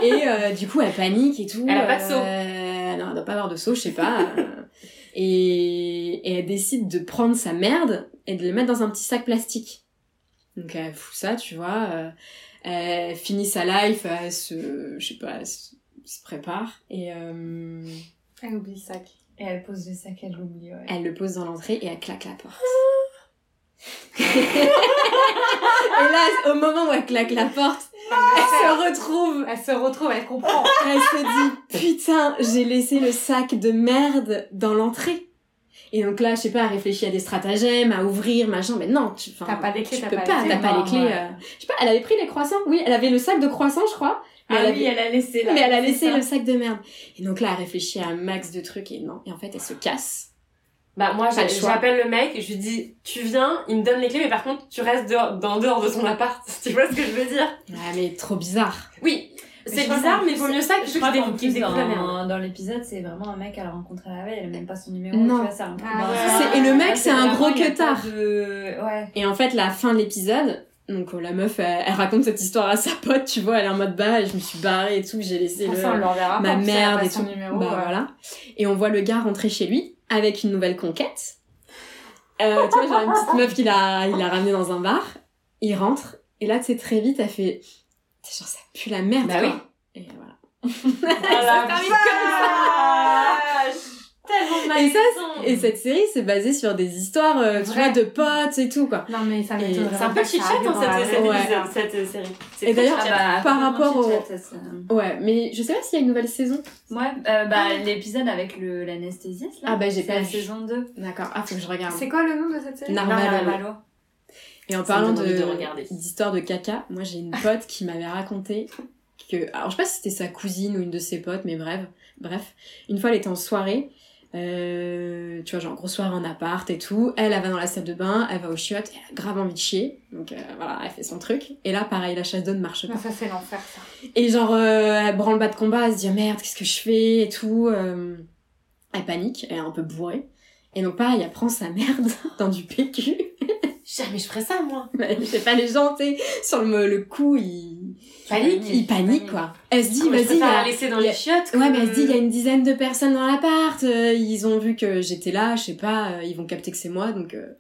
Et euh, du coup elle panique et tout.
Elle a pas de seau.
euh, Non, elle doit pas avoir de seau, je sais pas. euh, et... et elle décide de prendre sa merde et de le mettre dans un petit sac plastique. Donc elle fout ça, tu vois. euh, elle finit sa life, elle se, je sais pas, elle se, se prépare et euh,
Elle oublie le sac.
Et elle pose le sac, elle l'oublie, ouais.
elle le pose dans l'entrée et elle claque la porte. et là, au moment où elle claque la porte,
Ah,
elle se retrouve
Elle se retrouve, elle comprend.
Elle se dit putain, j'ai laissé le sac de merde dans l'entrée. Et donc là, je sais pas, elle réfléchit à des stratagèmes, à ouvrir, machin, mais non, tu, 'fin,
T'as pas les clés,
tu
t'as
peux
pas les
pas,
clés,
t'as pas
non,
les clés.
ouais.
euh. Je sais pas, elle avait pris les croissants, oui, elle avait le sac de croissants, je crois. Mais
Ah
elle
oui,
avait-
elle a laissé là.
mais elle a
c'est
laissé
ça.
le sac de merde. Et donc là, elle réfléchit à un max de trucs et non. Et en fait, elle se casse.
Bah moi
Pas
j'a-
le choix.
j'appelle le mec, je lui dis tu viens, il me donne les clés mais par contre tu restes dehors, dans dehors de son appart. Tu vois ce que je veux dire
Ah, mais trop bizarre.
Oui,
Mais
c'est
je crois
bizarre
qu'en
mais
plus-
vaut mieux ça que
je
ceux
crois
qui
qu'en
découvrent qui
plus,
hein.
découvrent la merde.
dans, dans l'épisode, c'est vraiment un mec qu'elle a rencontré la veille, elle a même pas son numéro,
Non.
tu vois, ça rencontre
Ah
dans
ouais.
un-
C'est-
et le mec,
Ah,
c'est un gros
vraiment, il y a pas
queutard.
de- Ouais.
Et en fait, la fin de l'épisode, donc euh, la meuf, elle, elle raconte cette histoire à sa pote, tu vois, elle est en mode bah, je me suis barrée et tout, j'ai laissé le.
Enfin, Ah, on l'enverra.
ma
quand elle a
merde
pas
et
son
tout.
numéro.
Bah,
euh,
voilà. Et on voit le gars rentrer chez lui avec une nouvelle conquête. Euh, tu vois, genre une petite meuf qu'il a, il a ramenée dans un bar. Il rentre et là, tu sais, très vite, elle fait. T'es genre, ça pue la merde.
Bah
quoi. Et voilà.
Ah, la vache Tellement mal.
Et ça, Et cette série, c'est basée sur des histoires, euh, tu
Vrai.
vois, de potes et tout, quoi.
Non, mais ça
Et
m'étonnerait.
c'est un peu
pas que ça
chit
hein,
chat
arrive dans la
cette,
vraie
cette,
vie.
Ouais.
cette- cette euh, série. C'est
Et
très
d'ailleurs,
chitchat.
Ah bah,
par
vraiment,
rapport au-
chit-chat, ça, ça-
Ouais, mais je sais pas s'il y a une nouvelle saison.
Ouais, euh, bah, l'épisode avec le- l'anesthésiste, là.
Ah bah, j'ai
c'est
pas
la
vu.
saison 2.
D'accord. Ah, faut que je regarde.
C'est quoi le nom de cette série
Narvalo.
Narvalo.
Et en
Ça me
parlant
donne envie
de,
de regarder.
d'histoire de caca, moi j'ai une pote qui m'avait raconté que, alors je sais pas si c'était sa cousine ou une de ses potes, mais bref, bref, une fois elle était en soirée, euh, tu vois genre grosse soirée en appart et tout, elle, elle va dans la salle de bain, elle va aux chiottes, elle a grave envie de chier, donc euh, voilà, elle fait son truc, et là pareil, la chasse d'eau ne marche pas.
Non, ça, c'est l'enfer, ça.
Et genre, euh, elle branle bas de combat, elle se dit oh, merde, qu'est-ce que je fais et tout. euh, elle panique, elle est un peu bourrée. Et donc pareil, elle prend sa merde dans du PQ.
Jamais je ferais ça moi.
Mais Bah, Je sais pas, les gens, tu sais, sur le, le coup, ils...
Panique.
ils paniquent, quoi. Elle se dit,
Moi, Ah, je
vas-y, il y
préfère la
a...
laisser dans
il y a-
les chiottes.
Ouais, mais elle
que-
se dit, il y a une dizaine de personnes dans l'appart, euh, ils ont vu que j'étais là, je sais pas, euh, ils vont capter que c'est moi, donc... euh,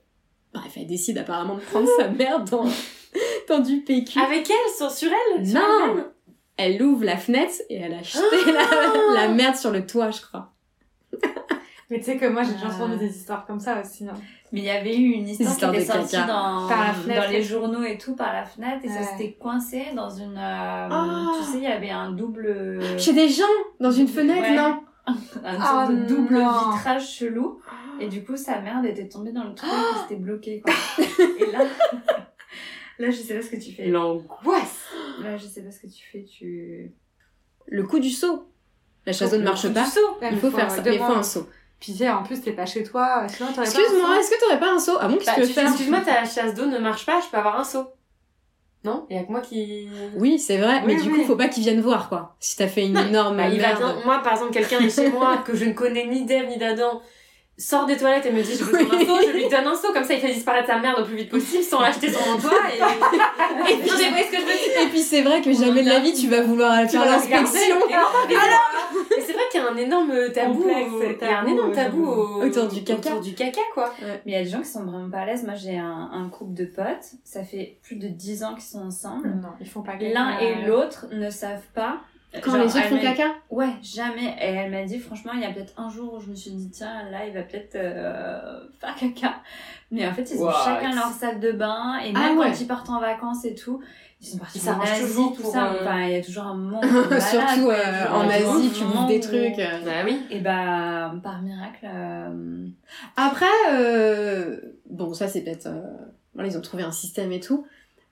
Bref, elle décide apparemment de prendre sa merde dans, dans du PQ.
Avec elle, sur, sur elle sur
non
elle-même.
Ah Elle ouvre la fenêtre et elle a jeté la, la merde sur le toit, je crois.
Mais tu sais que moi, j'ai
Ah.
déjà entendu des histoires comme ça aussi. hein.
Mais il y avait eu une histoire,
Histoire
qui était
de caca.
sortie dans,
Par la fenêtre.
dans les journaux et tout, par la fenêtre, et ça
Ouais.
s'était coincé dans une. euh,
Ah.
Tu sais, il y avait un double.
Chez des gens, dans une fenêtre,
Ouais.
non
un
Ah,
sorte de double
non.
vitrage chelou. Et du coup, sa merde était tombée dans le trou et c'était bloqué. Quoi. et là, là, je sais pas ce que tu fais.
L'angoisse
Là, je sais pas ce que tu fais. Tu.
Le coup du saut. La chasseuse ne
Le
marche
coup
pas.
du saut. Ouais,
Il
mais
faut faire ça.
deux
Il faut
mois.
un saut.
Puis eh, en plus, t'es pas chez toi. Sinon, t'aurais pas un
Excuse-moi,
sens.
est-ce que t'aurais pas un saut Ah bon, qu'est-ce
Bah,
que tu
tu
veux
fais,
faire
excuse-moi, ta chasse d'eau ne marche pas, je peux avoir un seau. Non Il y a que moi qui.
Oui, c'est vrai, mais
Oui,
du
oui.
coup, faut pas qu'ils viennent voir, quoi. Si t'as fait une énorme
Bah, il va
merde.
bien- Moi, par exemple, quelqu'un est chez moi que je ne connais ni d'Ève ni d'Adam sort des toilettes et me dit je veux ton
Oui.
un seau, je lui donne un seau, comme ça il fait disparaître sa merde au plus vite possible sans l'acheter sur mon toit et. et puis, j'ai pris ce que je veux dire.
Et puis c'est vrai que jamais de la vie tu vas vouloir aller faire
vas la
l'inspection
regarder. Et mais c'est vrai qu'il y a un énorme tabou,
Complexe,
au- il y a un
tabou,
énorme
euh,
tabou au-
Autour du caca.
autour du caca, quoi.
Mais il y a des gens qui sont vraiment pas à l'aise. Moi, j'ai un, un couple de potes. Ça fait plus de 10 ans qu'ils sont ensemble.
Mmh.
Non, ils font pas
L'un
gaffe.
et l'autre ne savent pas.
euh, quand
Genre,
les autres
elle
font
m'a-
caca.
Ouais, jamais. Et elle m'a dit, franchement, il y a peut-être un jour où je me suis dit, tiens, là, il va peut-être euh, faire caca. Mais en fait, ils ont
What
chacun leur salle de bain. Et
Ah
même
ouais.
quand ils partent en vacances et tout, ils sont partis
Ils
en
s'arrangent
Asie,
toujours
tout
pour,
ça.
euh,
Enfin, il y a toujours un moment.
Surtout euh, en
Ouais,
Asie, tu bouffes des trucs. euh.
Bah oui.
Et bah, par miracle. euh,
Après, euh, bon, ça c'est peut-être. euh, voilà, ils ont trouvé un système et tout.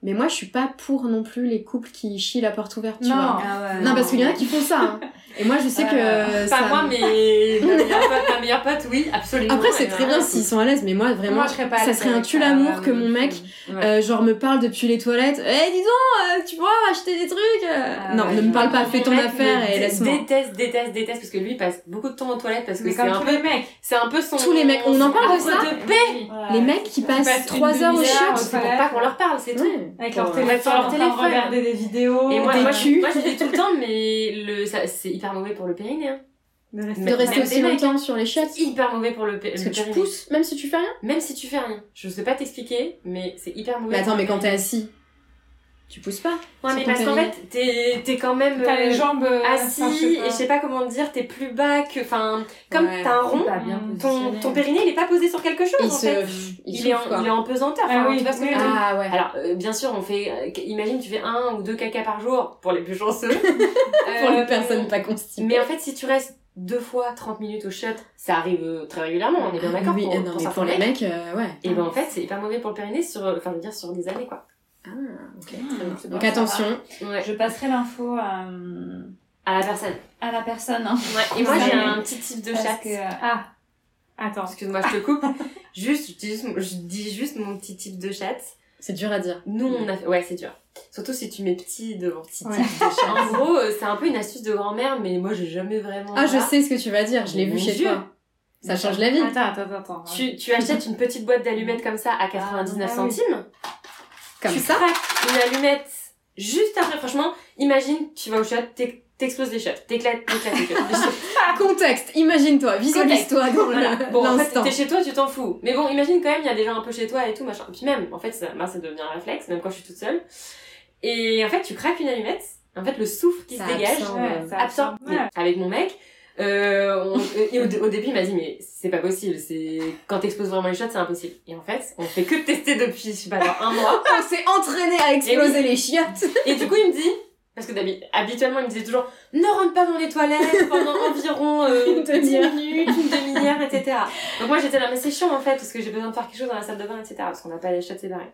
Mais moi, je suis pas pour non plus les couples qui chient la porte ouverte, tu
Non.
vois.
ah ouais,
Non, parce qu'il y en a qui font ça. hein. Et moi, je sais que.
Euh,
ça
Pas moi,
me-
mais ma meilleure pote, ma meilleure pote, oui, absolument.
Après, c'est
Et
très
voilà.
bien s'ils sont à l'aise, mais moi, vraiment,
Moi, je serais pas à
ça
l'aise
serait un
avec
tue
ça,
l'amour
euh,
ouais,
que
oui,
mon
je-
mec, euh, genre, me parle depuis les toilettes. Eh, dis donc, euh, tu vois, acheter des trucs. euh.
Ah
non,
ouais,
ne me parle pas,
ouais.
fais ton
Mec,
affaire
mais
et
dé-
laisse-moi.
Déteste, déteste, déteste, parce que lui il passe beaucoup de temps aux toilettes parce que
Mais
c'est
comme
un
tous
peu,
les mecs.
c'est un peu son.
Tous les mecs, on en parle de
son
ça
de paix.
voilà.
Les mecs qui
passent
passent
une
3 heures aux
demi-heure
chiottes.
aux
C'est pour pas qu'on leur parle, c'est tout.
Ouais.
Avec leur
Ouais.
téléphone,
Sur leur
en train de
téléphone.
regarder des vidéos.
Et moi,
Des
moi,
culs.
je, moi, je dis tout le temps, mais le, ça, c'est hyper mauvais pour le périnée. Hein.
De rester-
De
Même-
rester
même
aussi
des mecs.
longtemps sur les chiottes.
C'est hyper mauvais pour le, pé-
Parce
le
que tu
périnée.
pousses, même si tu fais rien.
Même si tu fais rien. Je sais pas t'expliquer, mais c'est hyper mauvais.
Mais attends,
pour le
mais quand t'es
périnée.
assis, tu pousses pas.
Ouais,
sur
mais
ton
parce qu'en
périnée.
fait, t'es t'es quand même.
T'as les
euh,
jambes euh, enfin,
assis, et je sais pas comment dire, t'es plus bas que. Enfin, comme
Ouais.
t'as un
Ils sont
rond,
pas bien
ton,
positionnés.
ton périnée il est pas posé sur quelque chose
Il
en
se.
fait.
il
Il,
souffle,
est en,
quoi.
il est en pesanteur.
Ah
enfin,
oui,
tu vois ce que
oui,
je veux dire
Ah ouais.
Alors, euh, bien sûr, on fait. euh, qu- imagine, tu fais un ou deux caca par jour pour les plus chanceux.
pour les
Euh,
personnes pas constipées.
Mais en fait, si tu restes deux fois 30 minutes au shot, ça arrive euh, très régulièrement, on est bien d'accord
Oui,
pour,
eh non,
pour
mais
certains
pour les
mecs.
mecs, euh, ouais.
Et ben en fait, c'est hyper mauvais pour le périnée sur, enfin, je veux dire, sur des années quoi.
Ah, ok.
Mmh, c'est
Donc
bon, ça
attention.
Ouais.
Je passerai l'info euh,
À la personne.
à la personne. hein,
Et moi,
Ça,
j'ai
mais-
un petit type de
parce
chat.
que, euh,
Ah, attends.
Excuse-moi, je te coupe. juste, je dis juste, mon- je dis juste mon petit type de chat.
C'est dur à dire.
Nous, on a fait. Ouais, c'est dur. Surtout si tu mets petit devant petit.
Ouais.
type de chat. En gros, euh, c'est un peu une astuce de grand-mère, mais moi, j'ai jamais vraiment.
Ah, je
voilà.
sais ce que tu vas dire, je l'ai vu
Mon
chez
Dieu. Ah,
toi. Ça change la vie.
Attends, attends, attends.
Tu, tu achètes une petite boîte d'allumettes comme ça à 99
Ah oui.
centimes.
Comme
tu
ça.
craques une allumette juste après. Franchement, imagine, tu vas au shot, t'ex- t'exploses les shots, t'éclates, t'éclates les shots.
Contexte, imagine-toi, visualise-toi dans
voilà.
le-
Bon, en fait,
l'instant.
t'es chez toi, tu t'en fous. Mais bon, imagine quand même, il y a des gens un peu chez toi et tout, machin. Puis même, en fait, ça, moi, ça devient un réflexe, même quand je suis toute seule. Et en fait, tu craques une allumette. En fait, le souffle qui
Ça
se dégage
absorbe.
Ouais, ça
absorbe.
absorbe. Ouais.
Avec mon mec, euh, on- et au, au début, il m'a dit, mais c'est pas possible, c'est, quand t'exploses vraiment les shots, c'est impossible. Et en fait, on fait que tester depuis, je sais pas, genre un mois.
On s'est entraîné à exploser les chiottes.
Et du coup, il me dit, parce que d'habi- habituellement, il me disait toujours, ne rentre pas dans les toilettes pendant environ euh,
Une
10
demi-heure.
minutes, une demi-heure, etc. Donc moi, j'étais là, mais c'est chiant en fait, parce que j'ai besoin de faire quelque chose dans la salle de bain, etc. Parce qu'on n'a pas les chats séparés.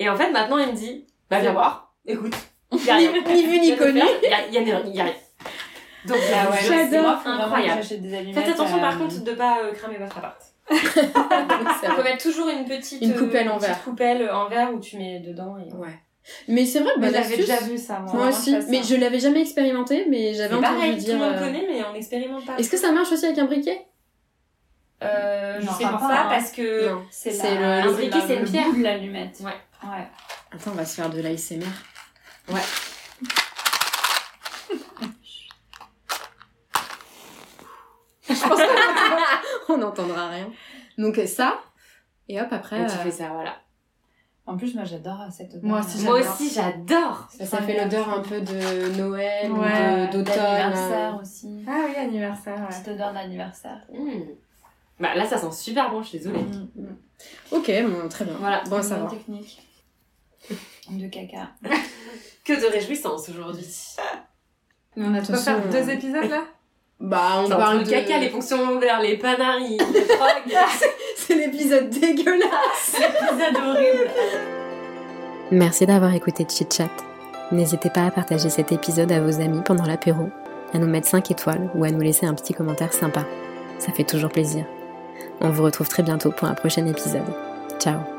Et en fait, maintenant, il me dit, bah viens voir, écoute, y a
Ni
rien.
ni vu
Viens
ni
te
connu.
faire, y a- y a rien, y a rien. Donc là, ouais,
J'adore.
c'est
Ah Moi, faut vraiment que
incroyable.
j'achète des allumettes.
Faites attention par
euh,
contre de pas euh, cramer votre appart.
Ça
Il
va.
faut mettre toujours une petite
Une coupelle
euh,
en
petite
verre.
coupelle en verre où tu mets dedans et
Ouais. Mais c'est vrai,
Mais
bonne
j'avais
astuce.
déjà vu ça, moi.
Moi
Vraiment,
aussi,
je fais ça.
mais je l'avais jamais expérimenté, mais j'avais
C'est
entendu
pareil,
dire.
tout le monde
euh,
connaît mais on n'expérimente pas.
Est-ce que ça marche aussi avec un briquet
Euh, je
Non,
sais
pas
pas,
pas, hein.
parce que
C'est
C'est
le-
la- c'est
Imbriqué,
la-
c'est une
le
pierre.
bout de l'allumette.
Ouais.
Ouais.
Attends, on va se faire de l'ASMR. Je pense qu'on entendra- on n'entendra rien. Donc euh, ça, et hop après,
Et tu
euh,
fais ça voilà.
En plus, moi, j'adore cette odeur.
Moi aussi,
Euh,
j'adore.
Moi aussi j'adore.
bah, ça fait l'odeur un peu de Noël, ou
Ouais,
de- d'automne.
D'anniversaire aussi.
Ah oui, anniversaire, ouais.
Petite odeur d'anniversaire. Mm,
Mm. Bah là, ça sent super bon, je suis désolée.
euh. Ok, bon, très bien.
Voilà.
Bon à
Une
savoir.
technique. De caca.
Que de réjouissance aujourd'hui.
Mais on a de quoi faire
Attention, euh,
deux épisodes là
Bah, on
On parle
parle
de
de
caca, les fonctions lombaires, les panaris, les drogues.
C'est l'épisode dégueulasse.
C'est horrible.
Merci d'avoir écouté Chit Chat. N'hésitez pas à partager cet épisode à vos amis pendant l'apéro, à nous mettre 5 étoiles ou à nous laisser un petit commentaire sympa. Ça fait toujours plaisir. On vous retrouve très bientôt pour un prochain épisode. Ciao